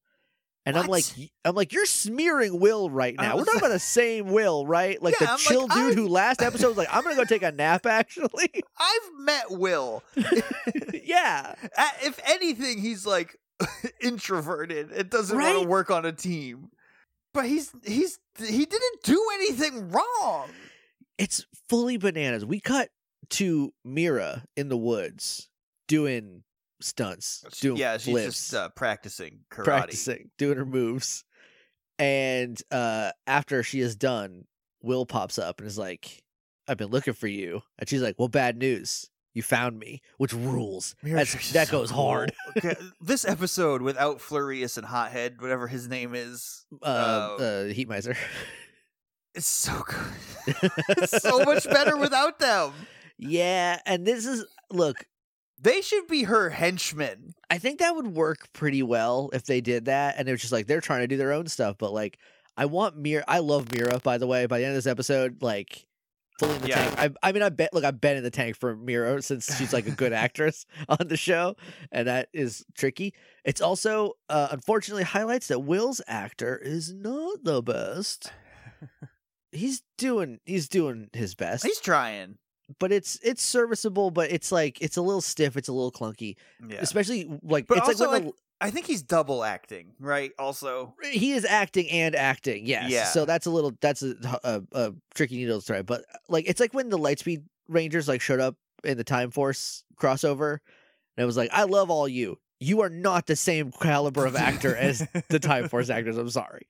And I'm like, What? y- I'm like, you're smearing Will right I now. We're was talking about the same Will, right? Like Yeah, the I'm like, chill dude I'm- who last episode was like, I'm gonna go take a nap. Actually, I've met Will. yeah. Uh, If anything, he's like introverted. It doesn't want Right? to work on a team. But he's he's he didn't do anything wrong. it's fully bananas. We cut to Mira in the woods doing stunts, doing yeah, she's flips, just uh, practicing karate. practicing, doing her moves. And uh, after she is done, Will pops up and is like, "I've been looking for you," and she's like, "Well, bad news." You found me, which rules. That's- Mira's that so goes hard. cool. Okay, This episode without Flurious and Hothead, whatever his name is, Uh, uh, Oh. heat miser. it's so good. it's so much better without them. yeah, and this is look. They should be her henchmen. I think that would work pretty well if they did that. And it was just like they're trying to do their own stuff, but like I want Mira. I love Mira. By the way, by the end of this episode, like fully in the Yeah. tank. I, I mean, I bet. Look, I've been in the tank for Mira since she's like a good actress on the show, and that is tricky. It's also uh, unfortunately highlights that Will's actor is not the best. He's doing he's doing his best, He's trying. but it's it's serviceable. But it's like it's a little stiff. It's a little clunky, Yeah. especially like But it's also, like when the- like, I think he's double acting, right? Also, he is acting and acting yes Yeah. so that's a little that's a, a, a tricky needle to thread but like it's like when the lightspeed rangers like showed up in the time force crossover and it was like i love all you you are not the same caliber of actor as the time force actors i'm sorry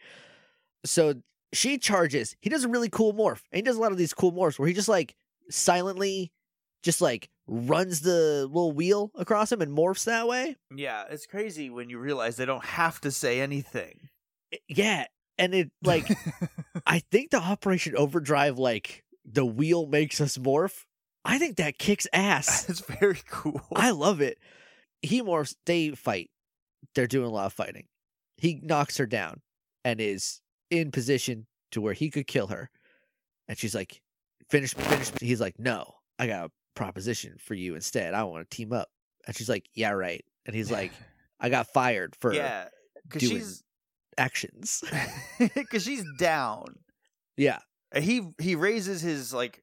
so she charges he does a really cool morph and he does a lot of these cool morphs where he just like silently just like runs the little wheel across him and morphs that way Yeah, it's crazy when you realize they don't have to say anything. yeah and it like I think the Operation Overdrive, like the wheel makes us morph. I think that kicks ass. it's very cool. I love it. He morphs. They fight. They're doing a lot of fighting. He knocks her down and is in position to where he could kill her. And she's like, "Finish, me, finish." me." He's like, "No, I got a proposition for you instead. I want to team up." And she's like, "Yeah, right." And he's like, "I got fired for yeah, because doing- she's actions." because she's down. Yeah, And He he raises his like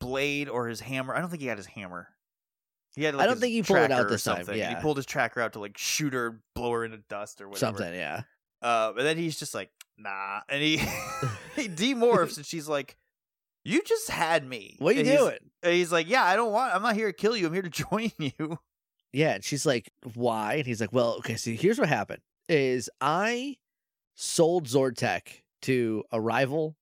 blade or his hammer. I don't think he had his hammer. He had. Like, I don't his think he pulled it tracker out or this time, something, and yeah. he pulled his tracker out to like shoot her, blow her into dust or whatever. something. Yeah. Uh, and then he's just like, nah, and he he demorphs, and she's like, "You just had me. What are you And he's- doing? And he's like, "Yeah, I don't want. I'm not here to kill you. I'm here to join you." Yeah, and she's like, "Why?" And he's like, "Well, okay, see, here's what happened: is I sold Zordtech to a rival,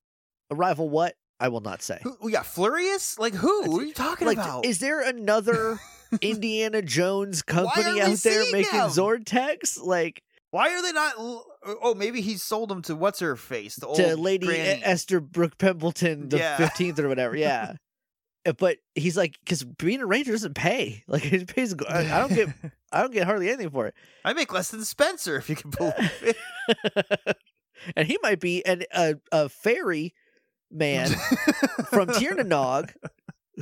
a rival what? I will not say. Who, we got Flurious? Like who? What are you talking Like, about? is there another Indiana Jones Why are company we out there seeing making him? Zordtechs? Like Why are they not? l- Oh, maybe he sold them to what's her face, the old to Lady E, granny. Esther Brooke Pemberton the Yeah. fifteenth or whatever? Yeah." Uh, But he's like, because being a ranger doesn't pay. Like it pays. go- I I don't get. I don't get hardly anything for it. I make less than Spencer, if you can believe it. and he might be an, a a fairy man from Tiernanog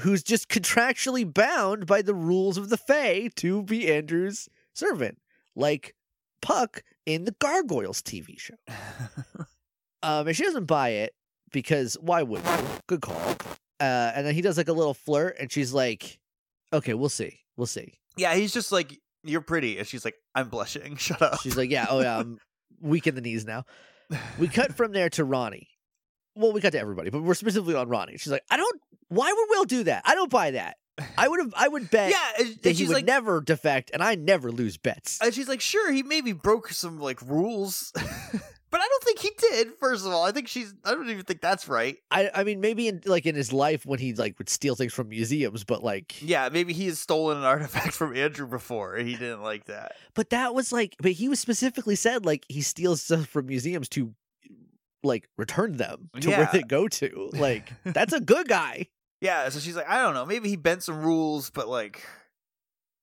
who's just contractually bound by the rules of the Fae to be Andrew's servant, like Puck in the Gargoyles TV show. Um, and she doesn't buy it because why would you? Good call. Uh, and then he does like a little flirt, and she's like, "Okay, we'll see, we'll see." yeah, he's just like, "You're pretty," and she's like, "I'm blushing. Shut up." She's like, "Yeah, oh yeah, I'm weak in the knees now." We cut from there to Ronnie. Well, we cut to everybody, but we're specifically on Ronnie. She's like, I don't. Why would Will do that? I don't buy that. I would have. I would bet yeah, and, and that he she's would like, never defect, and I never lose bets. and she's like, "Sure, he maybe broke some like rules." But I don't think he did. First of all, I think she's—I don't even think that's right. I, I mean, maybe in like in his life when he like would steal things from museums, but like, Yeah, maybe he has stolen an artifact from Andrew before. and He didn't like that. but that was like, but he was specifically said like he steals stuff from museums to like return them to where Yeah. they go to. Like that's a good guy. Yeah, so she's like, I don't know, maybe he bent some rules, but like,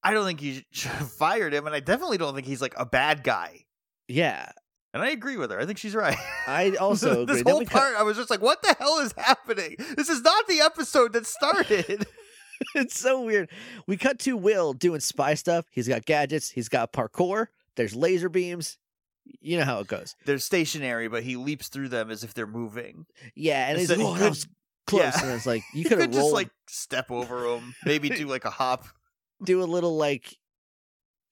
I don't think you should have fired him, and I definitely don't think he's like a bad guy. Yeah. And I agree with her. I think she's right. I also agree. this Then whole we cut- part, I was just like, what the hell is happening? This is not the episode that started. it's so weird. We cut to Will doing spy stuff. He's got gadgets. He's got parkour. There's laser beams. You know how it goes. they're stationary, but he leaps through them as if they're moving. Yeah, and It's it's that he oh, that could- was close. yeah. And it's like you You could have could rolled, just like step over them, maybe do like a hop. do a little like,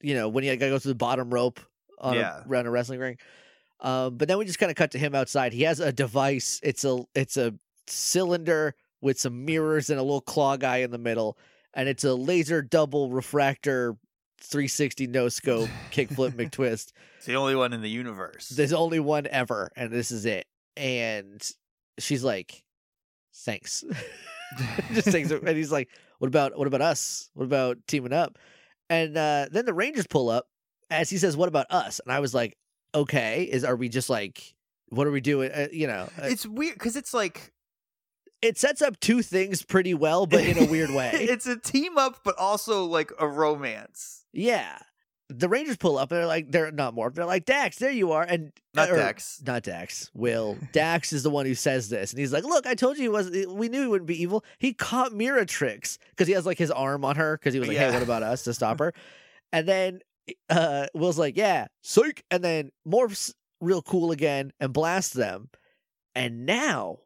you know, when you gotta go through the bottom rope on Yeah. a, around a wrestling ring. Um, but then we just kind of cut to him outside. He has a device. It's a it's a cylinder with some mirrors and a little claw guy in the middle, and it's a laser double refractor. 360 no scope kickflip McTwist It's the only one in the universe. There's only one ever, and this is it. And she's like, "Thanks." Just takes it, and he's like, "What about what about us? What about teaming up?" And uh, then the Rangers pull up as he says, "What about us?" And I was like, "Okay, is are we just like, what are we doing?" Uh, you know, uh, it's weird because it's like it sets up two things pretty well, but in a weird way. it's a team up, but also like a romance. yeah, the Rangers pull up, and they're like, they're not more. They're like, "Dax, there you are," and Not or- Dex. not Dax. Will Dax is the one who says this, and he's like, "Look, I told you he was. We knew he wouldn't be evil. He caught Mira tricks because he has like his arm on her because he was like, Yeah. hey, what about us to stop her?" And then uh, Will's like, "Yeah, psych," and then morphs real cool again and blasts them. And now,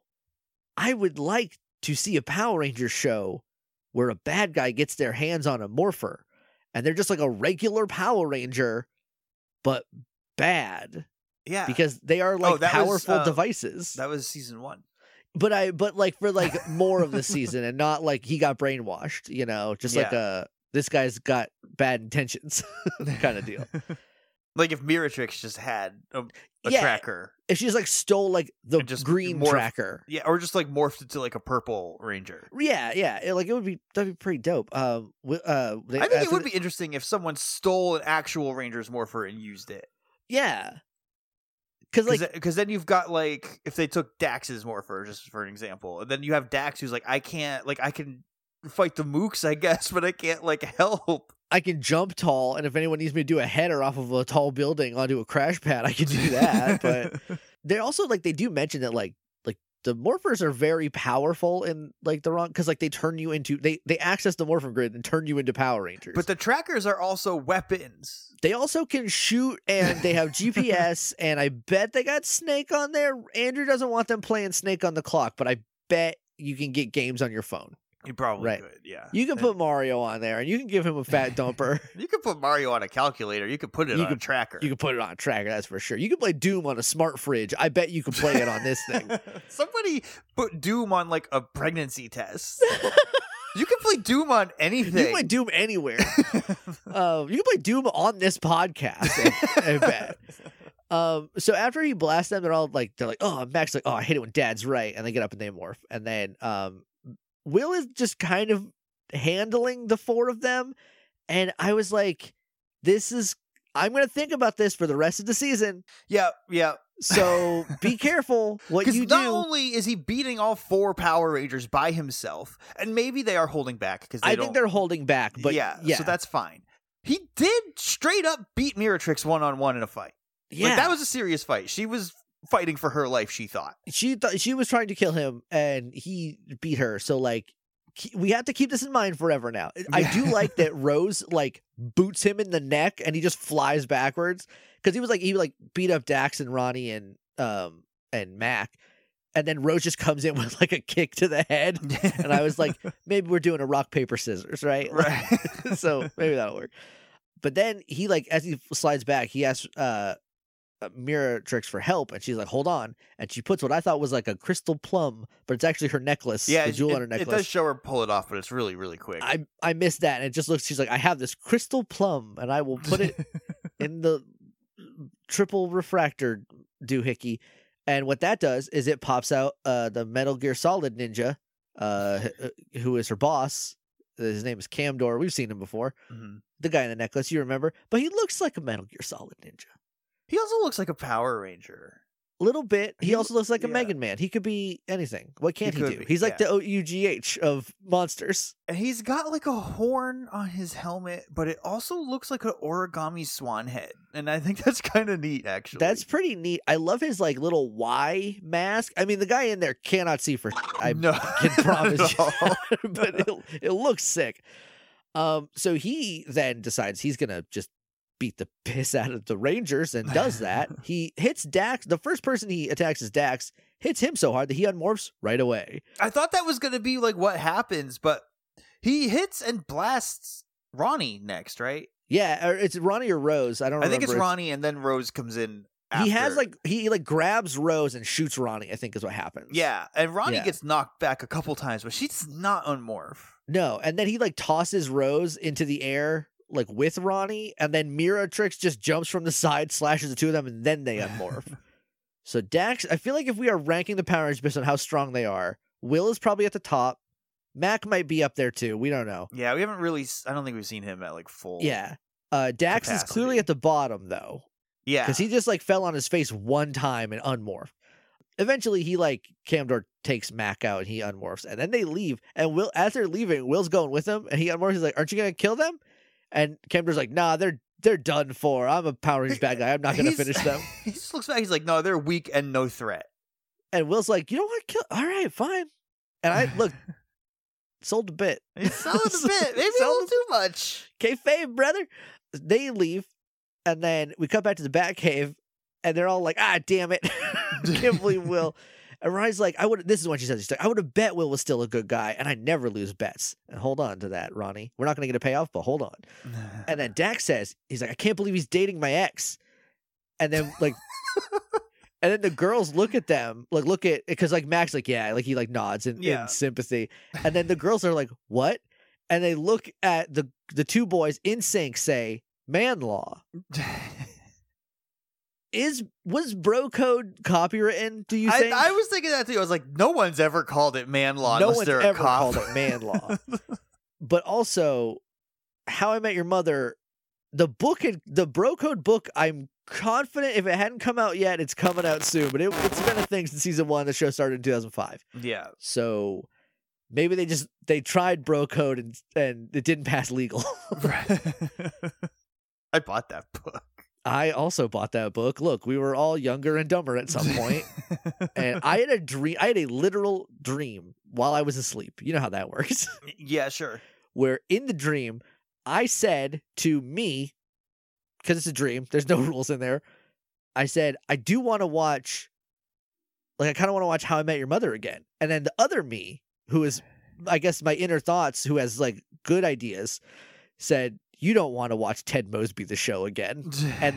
I would like to see a Power Ranger show where a bad guy gets their hands on a morpher, and they're just like a regular Power Ranger, but bad Yeah, Oh, because they are like that was, powerful uh, devices. that was season one. but I but like for like more of the season and not like he got brainwashed, you know, just like a this guy's got bad intentions kind of deal. Like if Miratrix just had a, a Yeah. tracker, If she just like stole like the And just green morph- tracker. yeah, or just like morphed it to like a purple ranger. Yeah, yeah. it- like it would be that'd be pretty dope. Um wi- uh they- I think it after would the- be interesting if someone stole an actual ranger's morpher and used it. Yeah. Cause like Because then you've got like if they took Dax's morpher, just for an example, and then you have Dax who's like, I can't, like I can fight the mooks, I guess, but I can't like help. I can jump tall and if anyone needs me to do a header off of a tall building onto a crash pad, I can do that. but they also like they do mention that like like the morphers are very powerful in like the wrong because like they turn you into they they access the morphin grid and turn you into Power Rangers. but the trackers are also weapons. they also can shoot and they have GPS and I bet they got Snake on there. Andrew doesn't want them playing Snake on the clock, but I bet you can get games on your phone. You probably Right. could, yeah. You can put Mario on there and you can give him a fat dumper. You could put Mario on a calculator. You could put it You on could- a tracker. You can put it on a tracker, that's for sure. You can play Doom on a smart fridge. I bet you can play it on this thing. Somebody put Doom on like a pregnancy test. you can play Doom on You can anything. play Doom anywhere. Um, you can play Doom on this podcast. I, I bet. Um, so after he blasts them, they're all like, they're like, oh, Max, like, oh, I hate it when Dad's right, and they get up and they morph, and then um, Will is just kind of handling the four of them, and I was like, this is, I'm gonna think about this for the rest of the season. yeah, yeah. So be careful what Because you not do. only is he beating all four Power Rangers by himself, and maybe they are holding back because I think they're holding back, but yeah, yeah, so that's fine. He did straight up beat Miratrix one on one in a fight. yeah. Like that was a serious fight. She was fighting for her life. She thought. she thought she was trying to kill him and he beat her so like ke- we have to keep this in mind forever now i do Yeah. like that rose like boots him in the neck and he just flies backwards because he was like he like beat up dax and ronnie and um and mac and then rose just comes in with like a kick to the head and i was like maybe we're doing a rock paper scissors right right. so maybe that'll work. But then he like as he slides back, he asks uh Mira tricks for help, and she's like, "Hold on," and she puts what I thought was like a crystal plum, but it's actually her necklace, yeah, the it, jewel on her it- it does necklace. show her pull it off, but it's really, really quick. I I missed that, and it just looks. She's like, "I have this crystal plum, and I will put it in the mm, triple refractor doohickey." And what that does is it pops out uh, the Metal Gear Solid ninja, uh, wh- who is her boss. His name is Camdor. We've seen him before Mhm. the guy in the necklace, you remember, but he looks like a Metal Gear Solid ninja. He also looks like a Power Ranger. little bit. He, He- also looks like a yeah. Megan Man. He could be anything. What can't he, could do? be, He's like yeah. the OUGH of monsters. And he's got like a horn on his helmet, but it also looks like an origami swan head. And I think that's kind of neat, actually. That's pretty neat. I love his like little Y mask. I mean, the guy in there cannot see for I no, can not promise at you, all. that, but it it looks sick. Um, so he then decides he's gonna just beat the piss out of the Rangers and does that. he hits Dax. The first person he attacks is Dax. Hits him so hard that he unmorphs right away. I thought that was gonna be like what happens, but he hits and blasts Ronnie next, right? Yeah, or it's Ronnie or Rose. I don't. I think it's remember. Ronnie, and then Rose comes in. After. He has like he like grabs Rose and shoots Ronnie. I think is what happens. yeah, and Ronnie Yeah. gets knocked back a couple times, but she's not unmorph. No, and then he like tosses Rose into the air like with Ronnie, and then Mira Tricks just jumps from the side, slashes the two of them, and then they unmorph. so Dax, I feel like if we are ranking the Power Rangers based on how strong they are, Will is probably at the top. Mac might be up there too. We don't know. Yeah, we haven't really. s- I don't think we've seen him at like full. Yeah. Uh, Dax is clearly Capacity. at the bottom though, yeah. because he just like fell on his face one time and unmorphed. Eventually, he like Camdor takes Mac out and he unmorphs, and then they leave. And Will, as they're leaving, Will's going with them, and he unmorphs. He's like, "Aren't you gonna kill them?" And Camdor's like, "Nah, they're they're done for. I'm a Power Rangers bad guy. I'm not gonna He's- finish them." He just looks back. He's like, no, they're weak and no threat. And Will's like, "You don't want to kill? All right, fine." And I look sold a bit. It's solid a bit, maybe a Solid- little too much. kayfabe, brother. They leave, and then we cut back to the Batcave, and they're all like, "Ah, damn it, can't believe Will." And Ronnie's like, "I would." This is when she says, "She's like, I would have bet Will was still a good guy, and I never lose bets." And hold on to that, Ronnie. We're not going to get a payoff, but hold on. And then Dax says, "He's like, I can't believe he's dating my ex," and then like. And then the girls look at them, like look at because like Max, like yeah, like he like nods in, Yeah. in sympathy, and then the girls are like, "What?" And they look at the the two boys in sync, say, "Man law is was bro code copywritten? Do you I, think I was thinking that too. I was like, no one's ever called it man law no unless one's they're ever a cop. called it man law?" but also, How I Met Your Mother, the book, had, the bro code book. I'm confident if it hadn't come out yet, it's coming out soon. But it, it's been a thing since season one. The show started in 2005. yeah, So maybe they just they tried bro code and and it didn't pass legal. I bought that book I also bought that book. Look, we were all younger and dumber at some point, and I had a dream. I had a literal dream while I was asleep. You know how that works. yeah, sure. Where in the dream, I said to me, because it's a dream. There's no rules in there. I said I do want to watch, like I kind of want to watch How I Met Your Mother again. And then the other me, who is, I guess, my inner thoughts, who has like good ideas, said you don't want to watch Ted Mosby the show again. And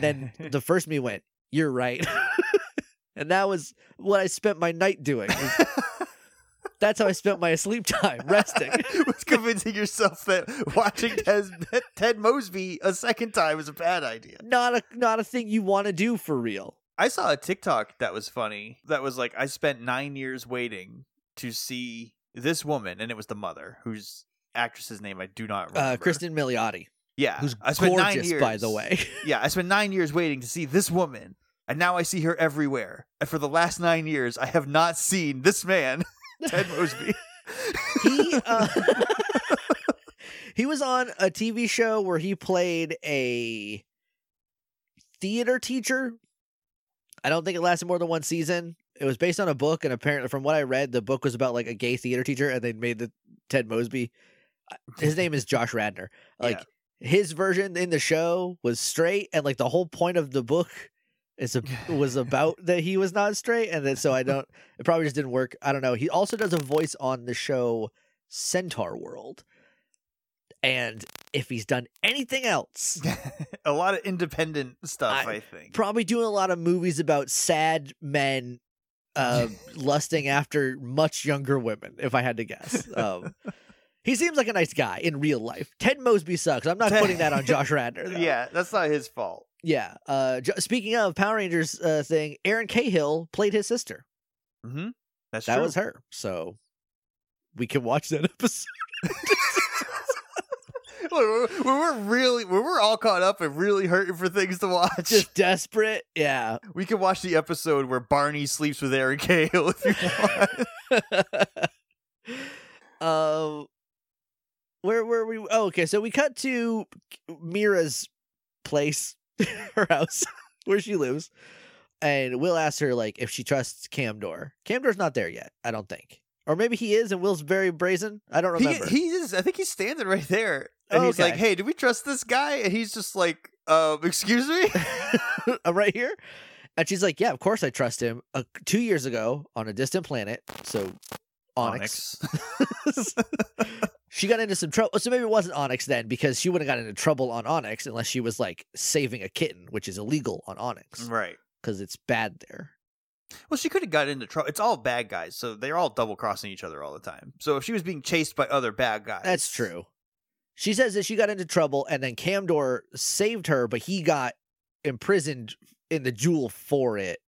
then the first me went, You're right. and that was what I spent my night doing. That's how I spent my sleep time, resting. was convincing yourself that watching Ted, Ted Mosby a second time is a bad idea. Not a not a thing you want to do for real. I saw a TikTok that was funny. That was like, I spent nine years waiting to see this woman, and it was the mother, whose actress's name I do not remember. Uh, Kristen Milioti, Yeah, who's I spent nine gorgeous, years, by the way. Yeah, I spent nine years waiting to see this woman, and now I see her everywhere. And for the last nine years, I have not seen this man, Ted Mosby. he uh, he was on a TV show where he played a theater teacher. I don't think it lasted more than one season. It was based on a book, and apparently, from what I read, the book was about like a gay theater teacher, and they made the Ted Mosby. His name is Josh Radner. Like his version in the show was straight, and like the whole point of the book is a, was about that he was not straight, and then so I don't. It probably just didn't work. I don't know. He also does a voice on the show Centaur World, and if he's done anything else, a lot of independent stuff, I- I, think. probably doing a lot of movies about sad men uh, lusting after much younger women. If I had to guess, um, he seems like a nice guy in real life. Ted Mosby sucks. I'm not Ted- putting that on Josh Radner. though. yeah, that's not his fault. yeah. Uh, jo- speaking of Power Rangers uh, thing, Aaron Cahill played his sister. Mm-hmm. That's That true. was her. So we can watch that episode. when we're really when we're all caught up and really hurting for things to watch, Just desperate. Yeah. we can watch the episode where Barney sleeps with Aaron Cahill if you want. um, where were we? Oh, okay. So we cut to Mira's place, her house, where she lives, and Will asks her like if she trusts Camdor. Camdor's not there yet, I don't think, or maybe he is, and Will's very brazen. I don't he, remember. Oh, he is. I think he's standing right there, and he's Okay. like, "Hey, do we trust this guy?" And he's just like, um, "Excuse me." I'm right here. And she's like, "Yeah, of course I trust him." Uh, two years ago, on a distant planet, so Onyx. she got into some trouble. So maybe it wasn't Onyx then, because she wouldn't got into trouble on Onyx unless she was like saving a kitten, which is illegal on Onyx right. because it's bad there. Well, she could have got into trouble. It's all bad guys, so they're all double crossing each other all the time. So if she was being chased by other bad guys, That's true. She says that she got into trouble and then Camdor saved her, but he got imprisoned in the jewel for it.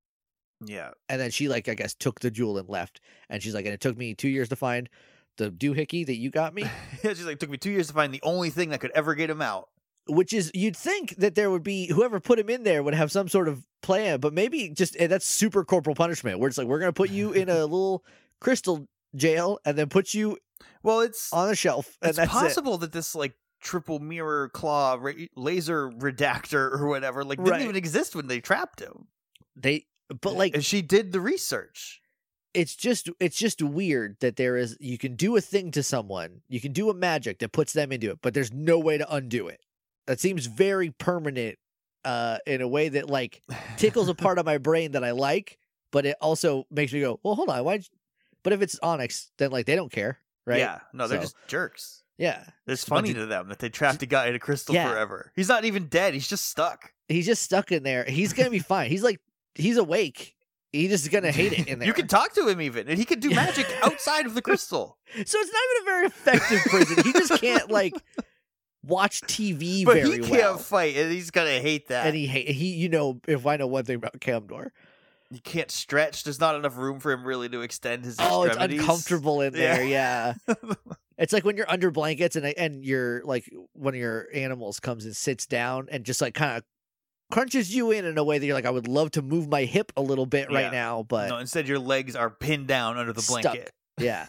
Yeah, And then she like I guess took the jewel and left. And she's like, and it took me two years to find the doohickey that you got me. she's like, took me two years to find the only thing that could ever get him out. which is you'd think that there would be whoever put him in there would have some sort of plan, but maybe just eh, that's super corporal punishment where it's like we're gonna put you in a little crystal jail and then put you Well, it's on a shelf and it's that's possible that this like triple mirror claw ra- laser redactor or whatever like didn't Right. even exist when they trapped him. it. They but like and she did the research. it's just it's just weird that there is you can do a thing to someone, you can do a magic that puts them into it, but there's no way to undo it. That seems very permanent uh in a way that like tickles a part of my brain that I like, but it also makes me go, well, hold on, why? But if it's Onyx, then like they don't care, right? Yeah, no, they're So- just jerks. yeah. It's bunch funny of- to them that they trapped a guy in a crystal Yeah. forever. He's not even dead. He's just stuck. He's just stuck in there. He's gonna be fine. He's like, he's awake. He just is gonna hate it in there. You can talk to him even, and he can do Yeah. magic outside of the crystal. so it's not even a very effective prison. He just can't like watch TV but very he can't well. fight, and he's gonna hate that. and he hate he. You know, if I know one thing about Camdor, he can't stretch. There's not enough room for him really to extend his. oh, it's extremities. uncomfortable in Yeah. there. Yeah. It's like when you're under blankets and and your like one of your animals comes and sits down and just like kind of crunches you in in a way that you're like, I would love to move my hip a little bit Yeah. right now, but No, instead your legs are pinned down under the Stuck. blanket. yeah.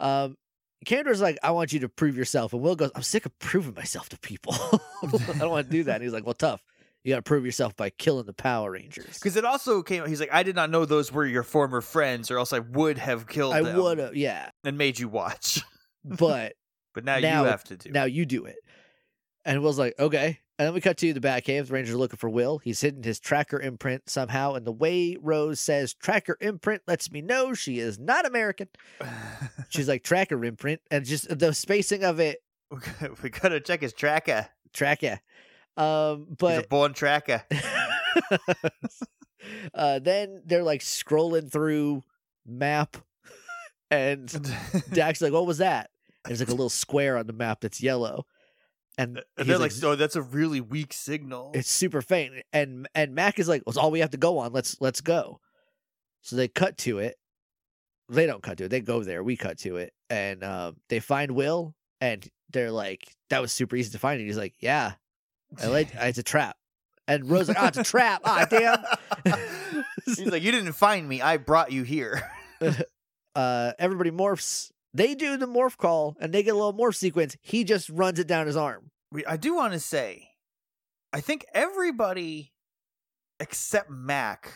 um, Candor's like, I want you to prove yourself, and Will goes, I'm sick of proving myself to people. I don't want to do that. And he's like, Well, tough. You got to prove yourself by killing the Power Rangers. Because it also came. He's like, I did not know those were your former friends, or else I would have killed I them would have, yeah, and made you watch. but But now, Now- you have to do. Now you do it. And Will's like, okay. And then we cut to the back cave. The Rangers are looking for Will. He's hidden his tracker imprint somehow. And the way Rose says tracker imprint lets me know she is not American. She's like tracker imprint. And just the spacing of it, we gotta- we gotta check his tracker. tracker. Um, he's but a born tracker. uh, then they're like scrolling through map. And Dak's like, what was that? There's like a little square on the map that's yellow. And, And he's they're like, oh, that's a really weak signal. it's super faint and and mac is like well, it's all we have to go on let's let's go so they cut to it they don't cut to it they go there we cut to it and um, they find will and they're like that was super easy to find and he's like yeah I like, it's a trap and rose like oh it's a trap ah damn He's like, you didn't find me. I brought you here. uh, everybody morphs they do the morph call and they get a little morph sequence he just runs it down his arm We, I do want to say, I think everybody except Mac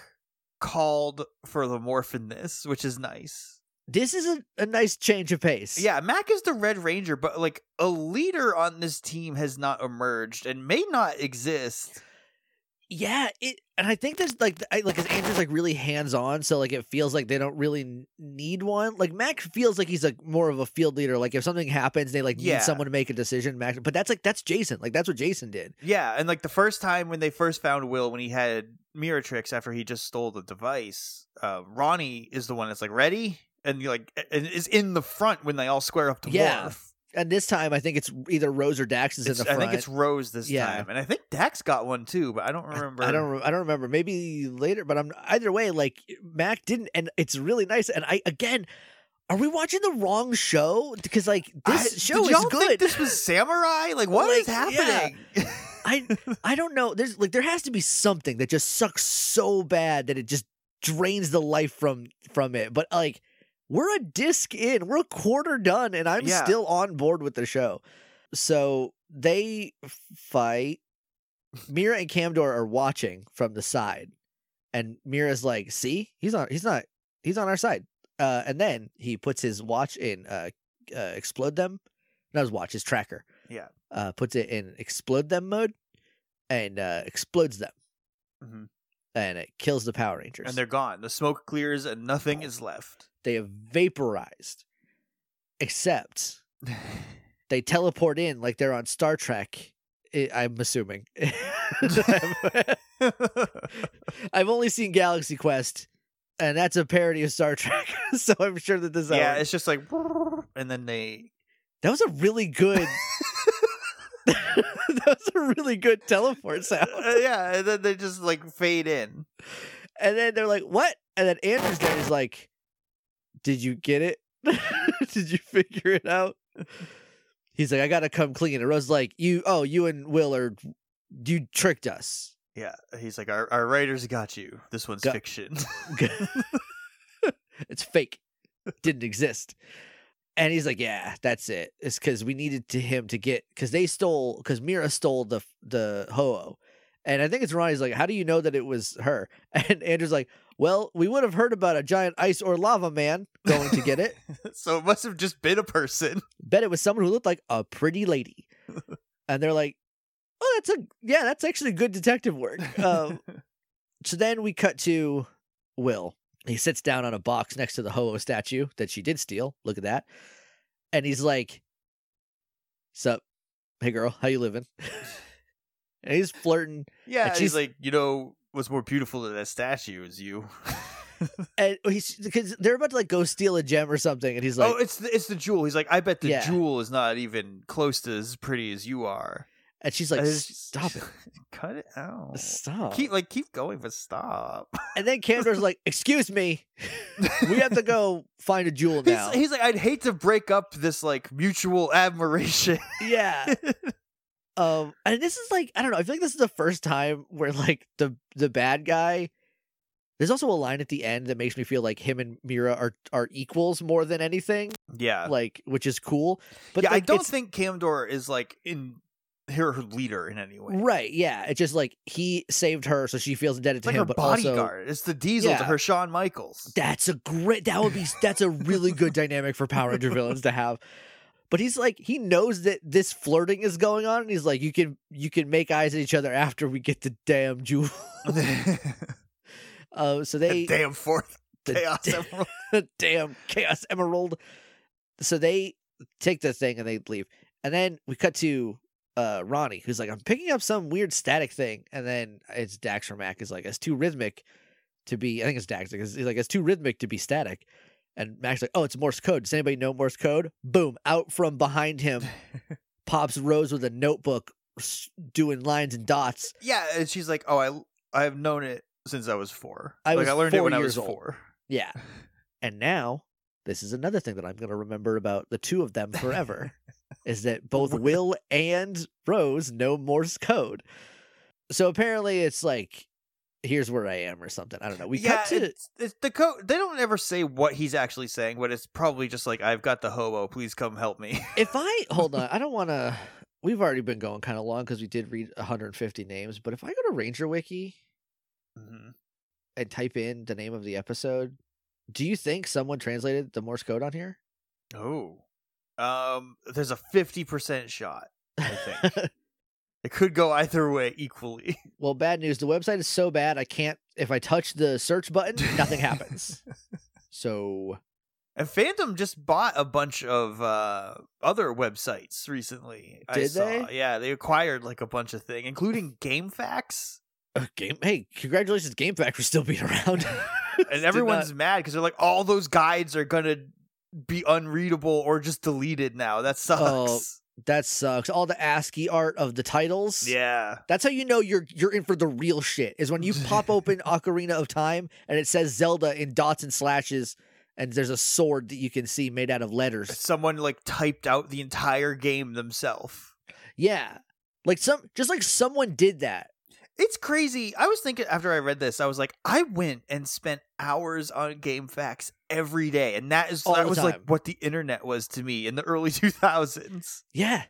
called for the morph in this, which is nice. this is a, a nice change of pace Yeah, Mac is the Red Ranger, but like a leader on this team has not emerged and may not exist. Yeah, it and I think there's like I, like 'cause Andrew's like really hands on, so like it feels like they don't really n- need one. Like Mac feels like he's like more of a field leader. Like if something happens, they like Yeah. need someone to make a decision. Mac, but that's like that's Jason. Like that's what Jason did. Yeah, and like the first time when they first found Will when he had Miratrix after he just stole the device, uh, Ronnie is the one that's like ready and you're like and is in the front when they all square up to Yeah, morph. And this time, I think it's either Rose or Dax is It's- in the I front. think it's Rose this Yeah. time, and I think Dax got one too, but I don't remember. I don't. re- I don't remember. Maybe later, but I'm either way. Like Mac didn't, and it's really nice. And I again, Are we watching the wrong show? Because like this I- show did is y'all think good. this was samurai. Like what is Like, yeah. happening? I I don't know. There's like there has to be something that just sucks so bad that it just drains the life from from it. But like we're a disc in, we're a quarter done, and I'm Yeah. still on board with the show. So they fight. Mira and Camdor are watching from the side, and Mira's like, "See, he's on. He's not. He's on our side." Uh, and then he puts his watch in uh, uh, explode them. Not his watch, his tracker. Yeah. Uh, puts it in explode them mode, and uh, explodes them, Mhm. and it kills the Power Rangers. And they're gone. The smoke clears and nothing is left. they have vaporized, except they teleport in like they're on Star Trek. I- I'm assuming. I've only seen Galaxy Quest, and that's a parody of Star Trek, so I'm sure that this. yeah, it's just like, and then they. that was a really good. that was a really good teleport sound. Uh, yeah, and then they just like fade in. And then they're like, "What?" And then Andrew's there is like, "Did you get it? Did you figure it out?" He's like, "I gotta come clean." And Rose is like, "You, oh, you and Will are, you tricked us." Yeah, he's like, our, our writers got you. This one's Got- fiction. it's fake. Didn't exist. And he's like, yeah, that's it. It's because we needed to him to get because they stole because Mira stole the the Ho-Oh. And I think it's Ronnie's like, how do you know that it was her? And Andrew's like, well, we would have heard about a giant ice or lava man going to get it. so it must have just been a person. Bet it was someone who looked like a pretty lady. And they're like, oh, that's a yeah, that's actually good detective work. Um, so then we cut to Will. He sits down on a box next to the Ho-Oh statue that she did steal. Look at that. And he's like, Sup, hey girl, how you living? and he's flirting. yeah, and she's- he's like, you know, what's more beautiful than that statue is you. And he's because they're about to like go steal a gem or something. And he's like, oh, it's the, it's the jewel. He's like, I bet the Yeah. jewel is not even close to as pretty as you are. and she's like, And it's- Stop it. cut it out. Stop. Keep like keep going, but stop. And then Candor's like, Excuse me, we have to go find a jewel now. He's, he's like, I'd hate to break up this like mutual admiration. yeah. Um, and this is like I don't know. I feel like this is the first time where like the the bad guy. There's also a line at the end that makes me feel like him and Mira are are equals more than anything, yeah, like which is cool. But yeah. like, I don't it's- think Camdor is like in her, her leader in any way. right. Yeah, it's just like he saved her, so she feels indebted It's to like him. her but bodyguard. also, it's the Diesel Yeah. to her Shawn Michaels. that's a great. That would be that's a really good dynamic for Power Ranger villains to have. But he's like he knows that this flirting is going on, and he's like, you can you can make eyes at each other after we get the damn jewel. Uh, so they The damn fourth the chaos da- emerald. damn chaos emerald so they take the thing and they leave and then we cut to uh ronnie who's like i'm picking up some weird static thing and then it's dax or mac is like it's too rhythmic to be i think it's dax like, he's like it's too rhythmic to be static and mac's like oh it's morse code does anybody know morse code boom out from behind him pops rose with a notebook s- doing lines and dots yeah, and she's like, oh, I I've known it since I was four. I like was I learned it four when I years was old. four. yeah and now this is another thing that i'm going to remember about the two of them forever is Oh that both Will and Rose know Morse code. So apparently it's like here's where I am or something. I don't know. We yeah, cut to it's, it's the code. They don't ever say what he's actually saying, but it's probably just like, "I've got the hobo. Please come help me." if I hold on, I don't want to we've already been going kind of long cuz we did read 150 names, but if I go to Ranger Wiki Mhm. Mm-hmm. and type in the name of the episode, do you think someone translated the Morse code on here? Oh, um, there's a fifty percent shot. I It could go either way equally. well, bad news. The website is so bad I can't if I touch the search button, nothing happens. So And Phantom just bought a bunch of uh, other websites recently. I Did saw. they? Yeah, they acquired like a bunch of things, including GameFAQs. Uh, game. Hey, congratulations, GameFAQ for still being around. and everyone's mad because they're like, all those guides are gonna be unreadable or just deleted now. That sucks. Oh, that sucks. All the ASCII art of the titles. yeah, That's how you know you're you're in for the real shit. Is when you pop open Ocarina of Time and it says Zelda in dots and slashes, and there's a sword that you can see made out of letters. Someone like typed out the entire game themselves. Yeah. Like some just like someone did that. It's crazy. I was thinking after I read this, I was like, I went and spent hours on game facts every day, and that is All that the was like time. what the internet was to me in the early two thousands. Yeah.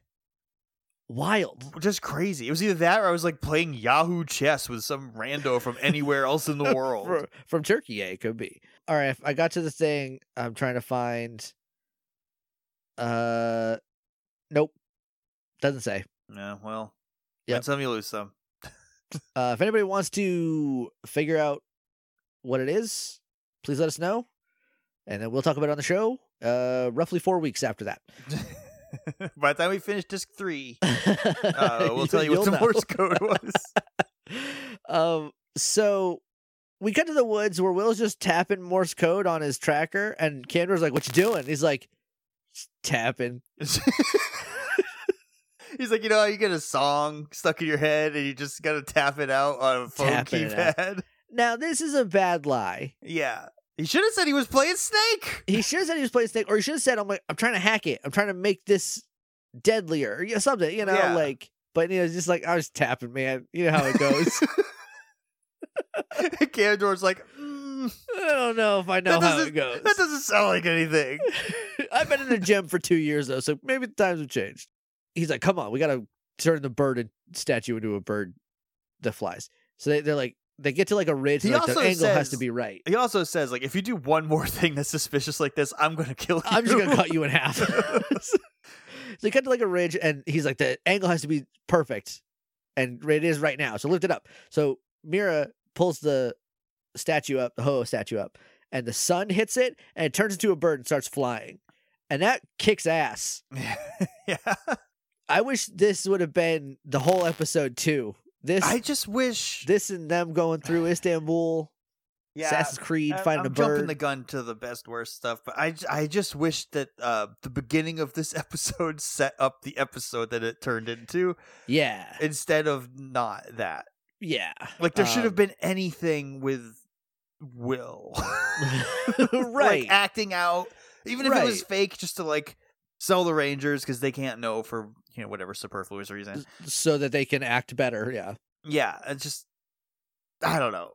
Wild. Just crazy. It was either that or I was like playing Yahoo chess with some rando from anywhere else in the world. Fro- from Turkey, yeah, it could be. All right, I got to the thing. I'm trying to find. Uh, nope, doesn't say. Yeah, well, Yep. win some, you lose some. Uh, if anybody wants to figure out what it is, please let us know, and then we'll talk about it on the show. Uh, roughly four weeks after that. By the time we finish disc three, uh, we'll tell you You'll what the know. Morse code was. um, so we cut to the woods where Will's just tapping Morse code on his tracker, and Candra's like, "What you doing?" He's like, "Just "Tapping." He's like, you know, how you get a song stuck in your head and you just got to tap it out on a phone Tapping it out. keypad. Now this is a bad lie. Yeah. He should have said he was playing Snake. He should have said he was playing Snake, or he should have said, "I'm like, I'm trying to hack it. I'm trying to make this deadlier, or you know, something." You know, Yeah. like, but you know, just like I was tapping, man. You know how it goes. Ganondorf's like, mm, I don't know if I know how it doesn't- goes. that doesn't sound like anything. I've been in the gym for two years though, so maybe the times have changed. He's like, "Come on, we gotta turn the bird and statue into a bird that flies." So they, they're like, they get to like a ridge. He and, like, the also angle has to says- be right. He also says, like, if you do one more thing that's suspicious like this, I'm gonna kill you. I'm just gonna cut you in half. so he cut to like a ridge, and he's like, the angle has to be perfect, and it is right now. So lift it up. So Mira pulls the statue up, the Ho statue up, and the sun hits it, and it turns into a bird and starts flying, and that kicks ass. yeah. I wish this would have been the whole episode too. This, I just wish. this, and them going through Istanbul, Assassin's Creed, I- finding I'm a jumping bird. the gun to the best worst stuff, but I, j- I just wish that uh, the beginning of this episode set up the episode that it turned into yeah, instead of not that. yeah. Like there should have Um, been anything with Will, Right. Like acting out, even if it was Right. fake, just to like sell the Rangers because they can't know for you know whatever superfluous reason. So that they can act better. Yeah. Yeah, it's just I don't know.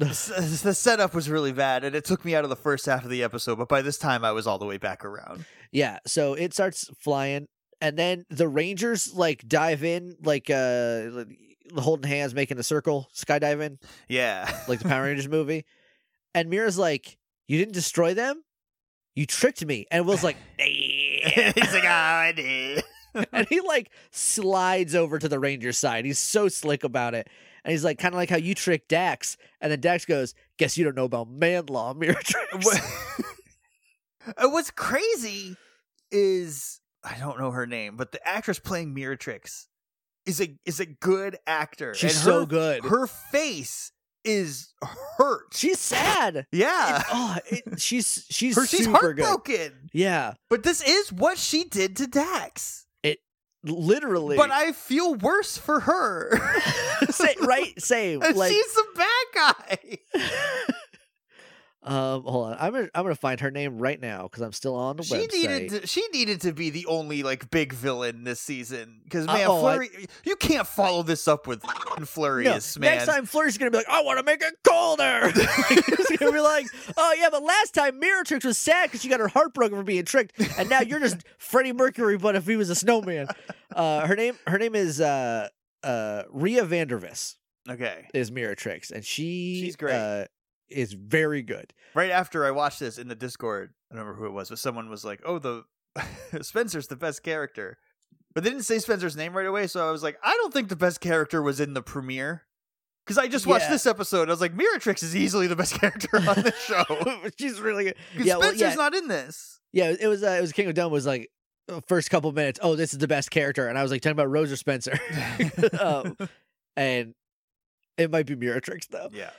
S- the setup was really bad and it took me out of the first half of the episode but by this time i was all the way back around Yeah, so it starts flying, and then the Rangers like dive in, like uh like, holding hands, making a circle, skydiving, yeah like the Power Rangers movie. And Mira's like, "You didn't destroy them, you tricked me." And Will's like, "Yeah." he's like oh "Ah, i did and he like slides over to the Rangers side. He's so slick about it, and he's like, kind of like how you tricked Dax, and then Dax goes, "Guess you don't know about man law, Mira tricks." What- And what's crazy is i don't know her name but the actress playing miratrix is a is a good actor She's and so her, good. her face is hurt She's sad. yeah It's- oh, it, she's she's her, she's super good. heartbroken Yeah, but this is what she did to dax literally. but i feel worse for her Sa- right, same. And Like, she's the bad guy. um, hold on. I'm gonna I'm gonna find her name right now because I'm still on the She website. needed to, she needed to be the only like big villain this season because man, Uh-oh, I- Flurry, you can't follow this up with No, Flurious man. next time Flurry's gonna be like, I want to make it colder. She's gonna be like, Oh yeah, but last time Miratrix was sad because she got her heart broken for being tricked, and now you're just Freddie Mercury, but if he was a snowman. Uh, her name her name is uh uh Rhea Vandervis Okay, is Miratrix, and she She's great. Uh, is very good. right after I watched this in the Discord, I don't remember who it was, but someone was like, "Oh, the Spencer's the best character," but they didn't say Spencer's name right away, so I was like, "I don't think the best character was in the premiere." Because I just watched Yeah. this episode, I was like, "Miratrix is easily the best character on the show." 'Cause She's really good. Yeah, well, Spencer's yeah. not in this. Yeah, it was uh, it was King of Dome was like uh, first couple minutes. Oh, this is the best character, and I was like talking about Rose or Spencer, um, and it might be Miratrix though. Yeah.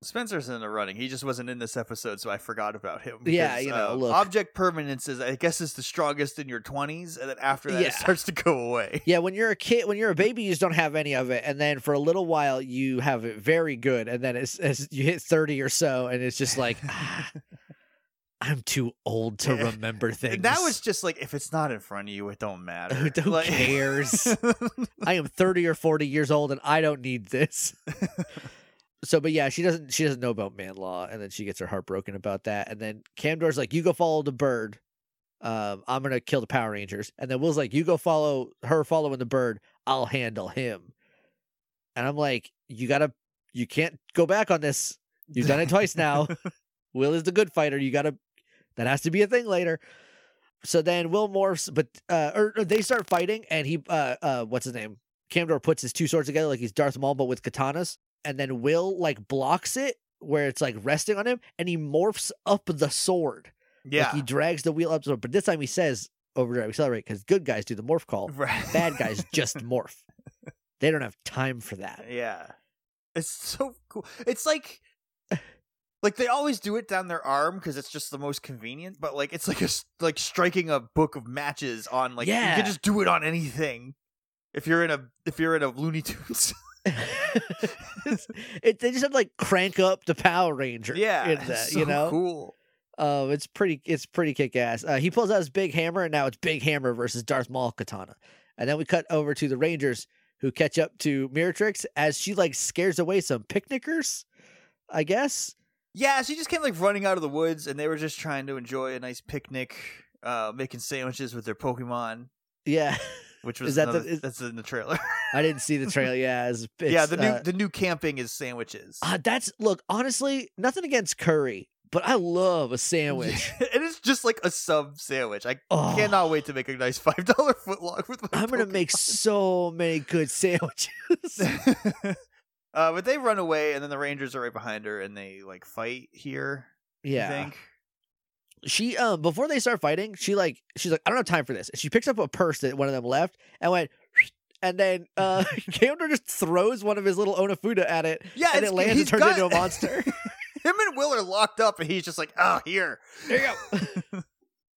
Spencer's in the running. He just wasn't in this episode, so I forgot about him. Yeah, because, you know, uh, look. object permanence is, I guess, is the strongest in your twenties, and then after that, Yeah. it starts to go away. Yeah, when you're a kid, when you're a baby, you just don't have any of it, and then for a little while you have it very good, and then as, as you hit thirty or so, and it's just like ah, I'm too old to remember things. And that was just like if it's not in front of you, it don't matter. Who Like- cares? I am 30 or 40 years old and I don't need this. so but yeah, she doesn't she doesn't know about man law and then she gets her heart broken about that and then Camdor's like you go follow the bird. Um I'm going to kill the Power Rangers. And then Will's like you go follow her following the bird. I'll handle him. And I'm like you got to you can't go back on this. You've done it twice now. Will is the good fighter. You gotta that has to be a thing later. So then Will morphs, but uh or, or they start fighting and he uh uh what's his name? Camdor puts his two swords together like he's Darth Maul but with katanas, and then Will like blocks it where it's like resting on him and he morphs up the sword. yeah. Like he drags the wheel up the sword, but this time he says overdrive accelerate because good guys do the morph call. Right. Bad guys just morph. They don't have time for that. Yeah. It's so cool. It's like like they always do it down their arm because it's just the most convenient, but like it's like a s- like striking a book of matches on like you Yeah. can just do it on anything. If you're in a if you're in a Looney Tunes. it, they just have to like crank up the Power Ranger. yeah. in it's that, so you know. cool. Um, it's pretty, it's pretty kick ass. Uh, he pulls out his big hammer, and now it's Big Hammer versus Darth Maul katana. And then we cut over to the Rangers, who catch up to Miratrix as she like scares away some picnickers, I guess. Yeah, she just came like running out of the woods and they were just trying to enjoy a nice picnic, uh making sandwiches with their Pokemon, Yeah, which was Is that the- another, is- that's in the trailer. I didn't see the trail. Yeah, it's, it's, yeah, the new uh, the new camping is sandwiches. uh, that's look honestly nothing against curry, but I love a sandwich. it is just like a sub sandwich. I Oh, Cannot wait to make a nice five dollar foot long with my. I'm gonna Pokemon. make so many good sandwiches. uh, but they run away, and then the Rangers are right behind her, and they like fight here. yeah. I think. she um before they start fighting, she like she's like, I don't have time for this. And she picks up a purse that one of them left and went and then uh Camder just throws one of his little Onafuda at it. Yeah, And it's- it lands and he's turns got- into a monster. Him and Will are locked up, and he's just like, "Oh, here." There you go.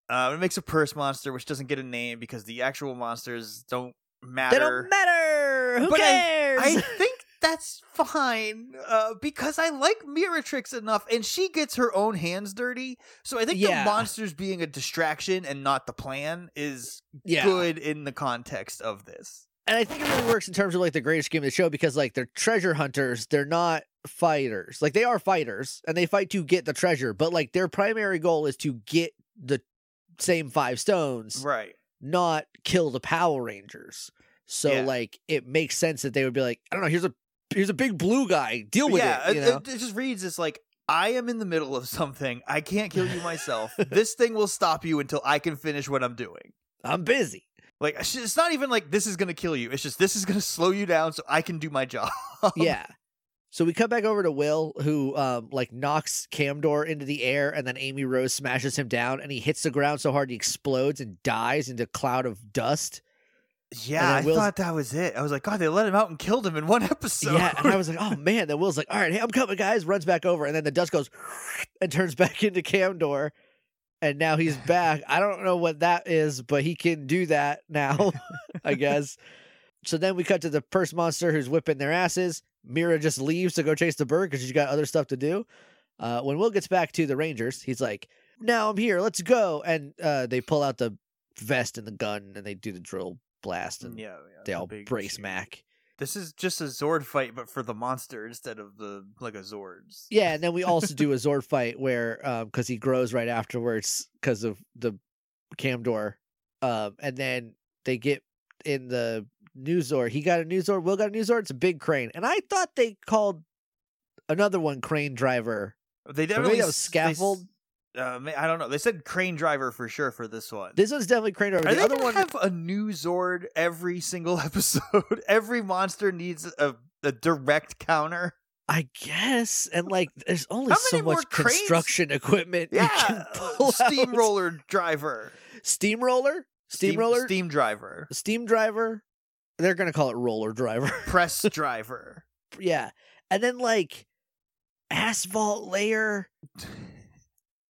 Uh, it makes a purse monster, which doesn't get a name because the actual monsters don't matter. they don't matter. Who But I- cares? I think that's fine uh, because I like Miratrix enough, and she gets her own hands dirty. So I think Yeah. the monsters being a distraction and not the plan is yeah. good in the context of this. And I think it really works in terms of like the greatest game of the show because like they're treasure hunters, they're not fighters. Like they are fighters and they fight to get the treasure, but like their primary goal is to get the same five stones. Right. not kill the Power Rangers. So Yeah. like it makes sense that they would be like, I don't know, here's a here's a big blue guy, deal with yeah, it. You know? it, it just reads as like, I am in the middle of something. I can't kill you myself. this thing will stop you until I can finish what I'm doing. I'm busy. Like, it's just- it's not even like this is going to kill you. It's just this is going to slow you down so I can do my job. yeah. So we cut back over to Will, who um like knocks Camdor into the air, and then Amy Rose smashes him down, and he hits the ground so hard he explodes and dies into a cloud of dust. Yeah, And I then Will's- thought that was it. I was like, God, they let him out and killed him in one episode. Yeah, and I was like, oh man. Then Will's like, all right, hey, I'm coming, guys. Runs back over, and then the dust goes and turns back into Camdor, and now he's back. I don't know what that is, but he can do that now, I guess. So then we cut to the purse monster who's whipping their asses. Mira just leaves to go chase the bird because she's got other stuff to do. Uh, when Will gets back to the Rangers, he's like, now I'm here, let's go. And uh, they pull out the vest and the gun, and they do the drill blast, and yeah, yeah, they the all big brace shoot. Mac. This is just a Zord fight, but for the monster instead of the like a Zords. Yeah, and then we also do a Zord fight where because he grows right afterwards because of the Camdor, um, and then they get in the new Zord. He got a new Zord. Will got a new Zord. It's a big crane, and I thought they called another one Crane Driver. They maybe definitely that was s- they Scaffold? s- uh, ma- I don't know. They said crane driver for sure for this one. This one's definitely Crane Driver. Are the they other gonna one, have a new Zord every single episode? every monster needs a, a direct counter. I guess, and like there's only How so many more much cranes? construction equipment. you Yeah, can uh, pull out. steamroller driver, steamroller, Steam- steamroller, steam, steam driver, driver. They're gonna call it roller driver. press driver. yeah and then like asphalt layer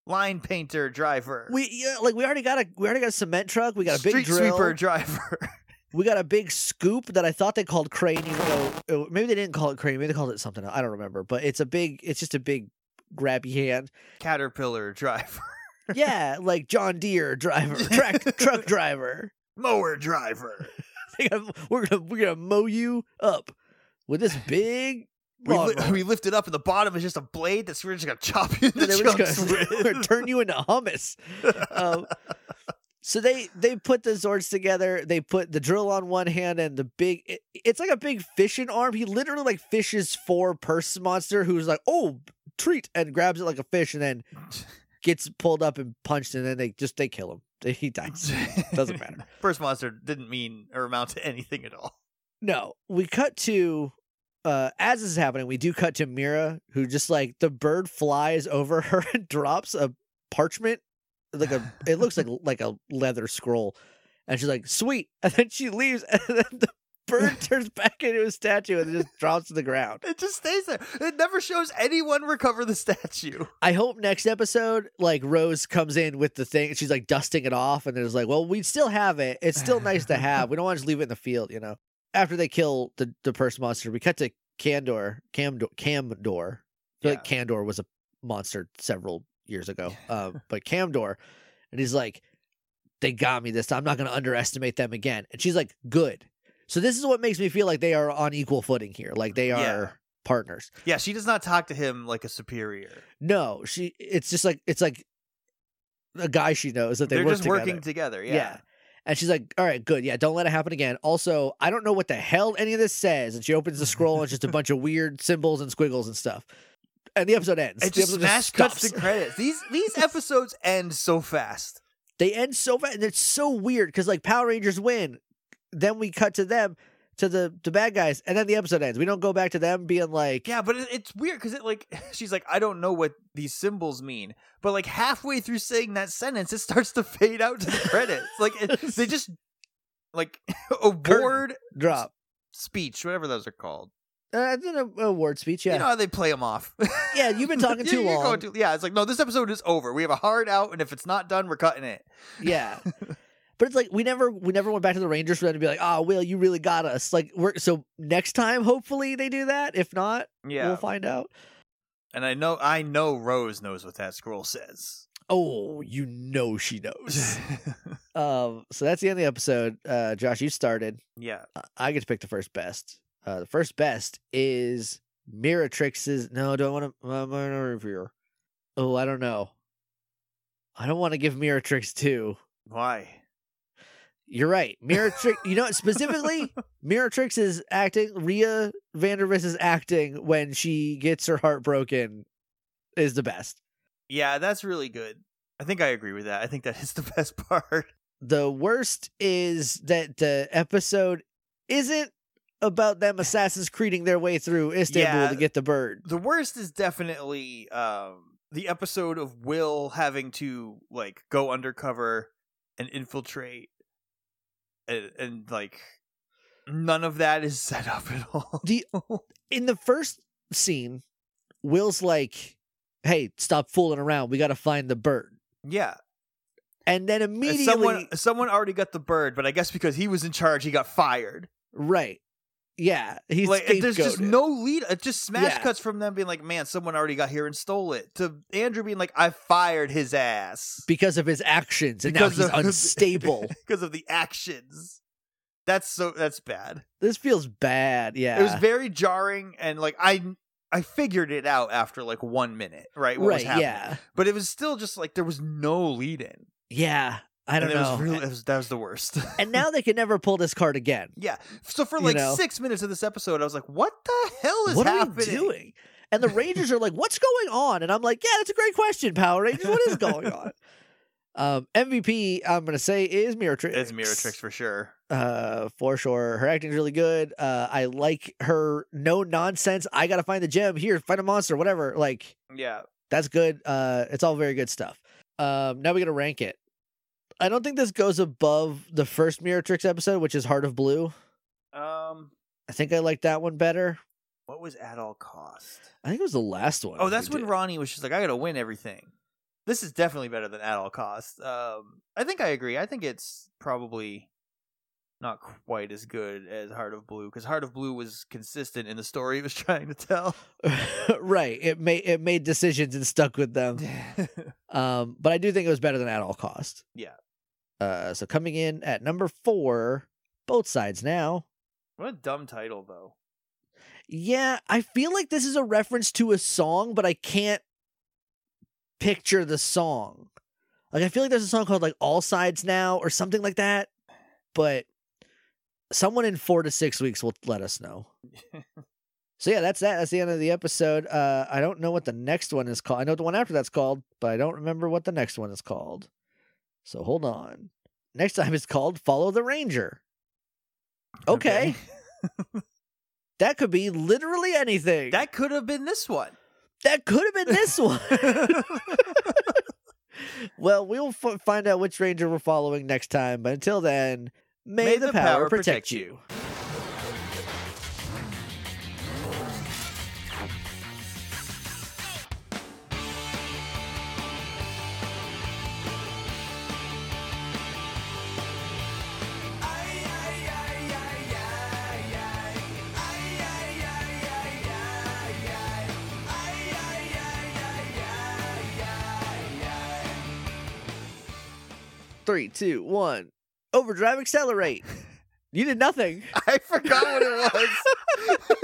Line painter driver. we yeah, like we already got a we already got a cement truck we got a big Street drill sweeper driver. we got a big scoop that i thought they called crane even though uh, maybe they didn't call it crane maybe they called it something else. i don't remember but it's a big it's just a big grabby hand Caterpillar driver. yeah, like John Deere driver, track, truck driver. Mower driver. They gotta- we're gonna we're gonna mow you up with this big. We, li- lawnmower. we lift it up, and the bottom is just a blade that's we're just gonna chop you into And then we're chunks just gonna, we're gonna with. turn you into hummus. Um, so they they put the zords together. They put the drill on one hand and the big. it- it's like a big fishing arm. He literally like fishes for purse monster, who's like, oh treat, and grabs it like a fish, and then gets pulled up and punched, and then they just they kill him. They- He dies. Doesn't matter. First monster didn't mean or amount to anything at all. No, we cut to. Uh, as this is happening, we do cut to Mira, who just like the bird flies over her and drops a parchment, like a it looks like like a leather scroll, and she's like, "Sweet," and then she leaves, and then the bird turns back into a statue and it just drops to the ground. It just stays there. It never shows anyone recover the statue. I hope next episode, like Rose comes in with the thing, and she's like dusting it off, and it's like, "Well, we still have it. It's still nice to have. We don't want to just leave it in the field, you know." After they kill the the purse monster, we cut to Candor, Camdor, Camdor. I feel like Candor was a monster several years ago, um, but Camdor, and he's like, "They got me this time. I'm not going to underestimate them again." And she's like, "Good." So this is what makes me feel like they are on equal footing here, like they are Yeah. partners. Yeah, she does not talk to him like a superior. No, she. It's just like it's like a guy she knows that they are work just together. working together. Yeah. And she's like, "All right, good. Yeah, don't let it happen again." Also, I don't know what the hell any of this says. And she opens the scroll, and it's just a bunch of weird symbols and squiggles and stuff. And the episode ends. It the just episode smash cuts stops. to credits. These these episodes end so fast. they end so fast, and it's so weird because like Power Rangers win, then we cut to them to the the bad guys, and then the episode ends. We don't go back to them being like, Yeah, but it, it's weird because it like she's like I don't know what these symbols mean, but like halfway through saying that sentence, it starts to fade out to the credits. like it, they just like award drop." speech, whatever those are called. Uh, then a award speech. Yeah, You know how they play them off. yeah. You've been talking You- too you're long. going too- yeah, it's like no, this episode is over. We have a hard out, and if it's not done, we're cutting it. Yeah. But it's like we never we never went back to the Rangers for them to be like, oh Will, you really got us. Like we're so next time hopefully they do that. If not, Yeah, we'll find out. and I know I know Rose knows what that scroll says. Oh, you know she knows. um so that's the end of the episode. Uh Josh, you started. yeah, I- I get to pick the first best. Uh the first best is Miratrix's no, do I want to uh, my review? Oh, I don't know. I don't want to give Miratrix two. why? You're right. Miratrix, you know, what, specifically, Miratrix is acting, Rhea Vandervis is acting when she gets her heart broken is the best. Yeah, that's really good. I think I agree with that. I think that is the best part. The worst is that the episode isn't about them assassins creeding their way through Istanbul Yeah. to get the bird. the worst is definitely um the episode of Will having to like go undercover and infiltrate and, and like none of that is set up at all. The- In the first scene, Will's like, hey, stop fooling around. We got to find the bird. yeah. And then and immediately. Someone someone already got the bird, but I guess because he was in charge, he got fired. right. Yeah. He's like there's just scapegoated. no lead. It just smash Yeah. cuts from them being like, "Man, someone already got here and stole it." To Andrew being like, "I fired his ass." because of his actions and Because now of- he's unstable. because of the actions. That's so that's bad. this feels bad. Yeah. It was very jarring and like I I figured it out after like 1 minute, right? What was right. happening. Yeah. But it was still just like there was no lead in. Yeah. I don't and It know. was really, it was, that was the worst. and now they can never pull this card again. yeah. So for You like know? 6 minutes of this episode, I was like, "What the hell is What are happening?" we doing? And the Rangers are like, "What's going on?" And I'm like, "Yeah, that's a great question, Power Rangers. What is going on?" Um, MVP, I'm gonna say is Miratrix. It's Miratrix for sure. uh, for sure. Her acting's really good. Uh, I like her no nonsense. I gotta find the gem here, find a monster, whatever. Like, Yeah. That's good. Uh, it's all very good stuff. Um, now we gotta rank it. I don't think this goes above the first Miratrix episode, which is Heart of Blue. Um I think I like that one better. what was at all cost? I think it was the last one. Oh, we that's when did. Ronnie was just like, I gotta win everything. This is definitely better than at all costs. Um, I think I agree. I think it's probably not quite as good as Heart of Blue because Heart of Blue was consistent in the story it was trying to tell. right. It made it made decisions and stuck with them. Um, but I do think it was better than at all cost. Yeah. Uh, so coming in at number four, both sides now. what a dumb title though. Yeah, I feel like this is a reference to a song, but I can't picture the song. Like I feel like there's a song called like All Sides Now or something like that, but someone in 4 to 6 weeks will let us know. so yeah, that's that. That's the end of the episode. Uh I don't know what the next one is called. I know what the one after that's called, but I don't remember what the next one is called. So hold on. Next time it's called Follow the Ranger. okay. That could be literally anything. that could have been this one. that could have been this one. well, we'll f- find out which ranger we're following next time. But until then, may, the, power, protect, you. Three, two, one. Overdrive, accelerate. You did nothing. I forgot what it was.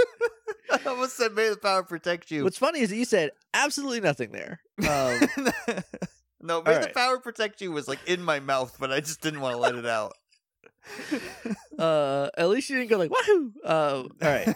I almost said may the power protect you. What's funny is that you said absolutely nothing there. Um, no, may the Alright. power protect you was like in my mouth, but I just didn't want to let it out. uh, at least you didn't go like wahoo. Um, all right.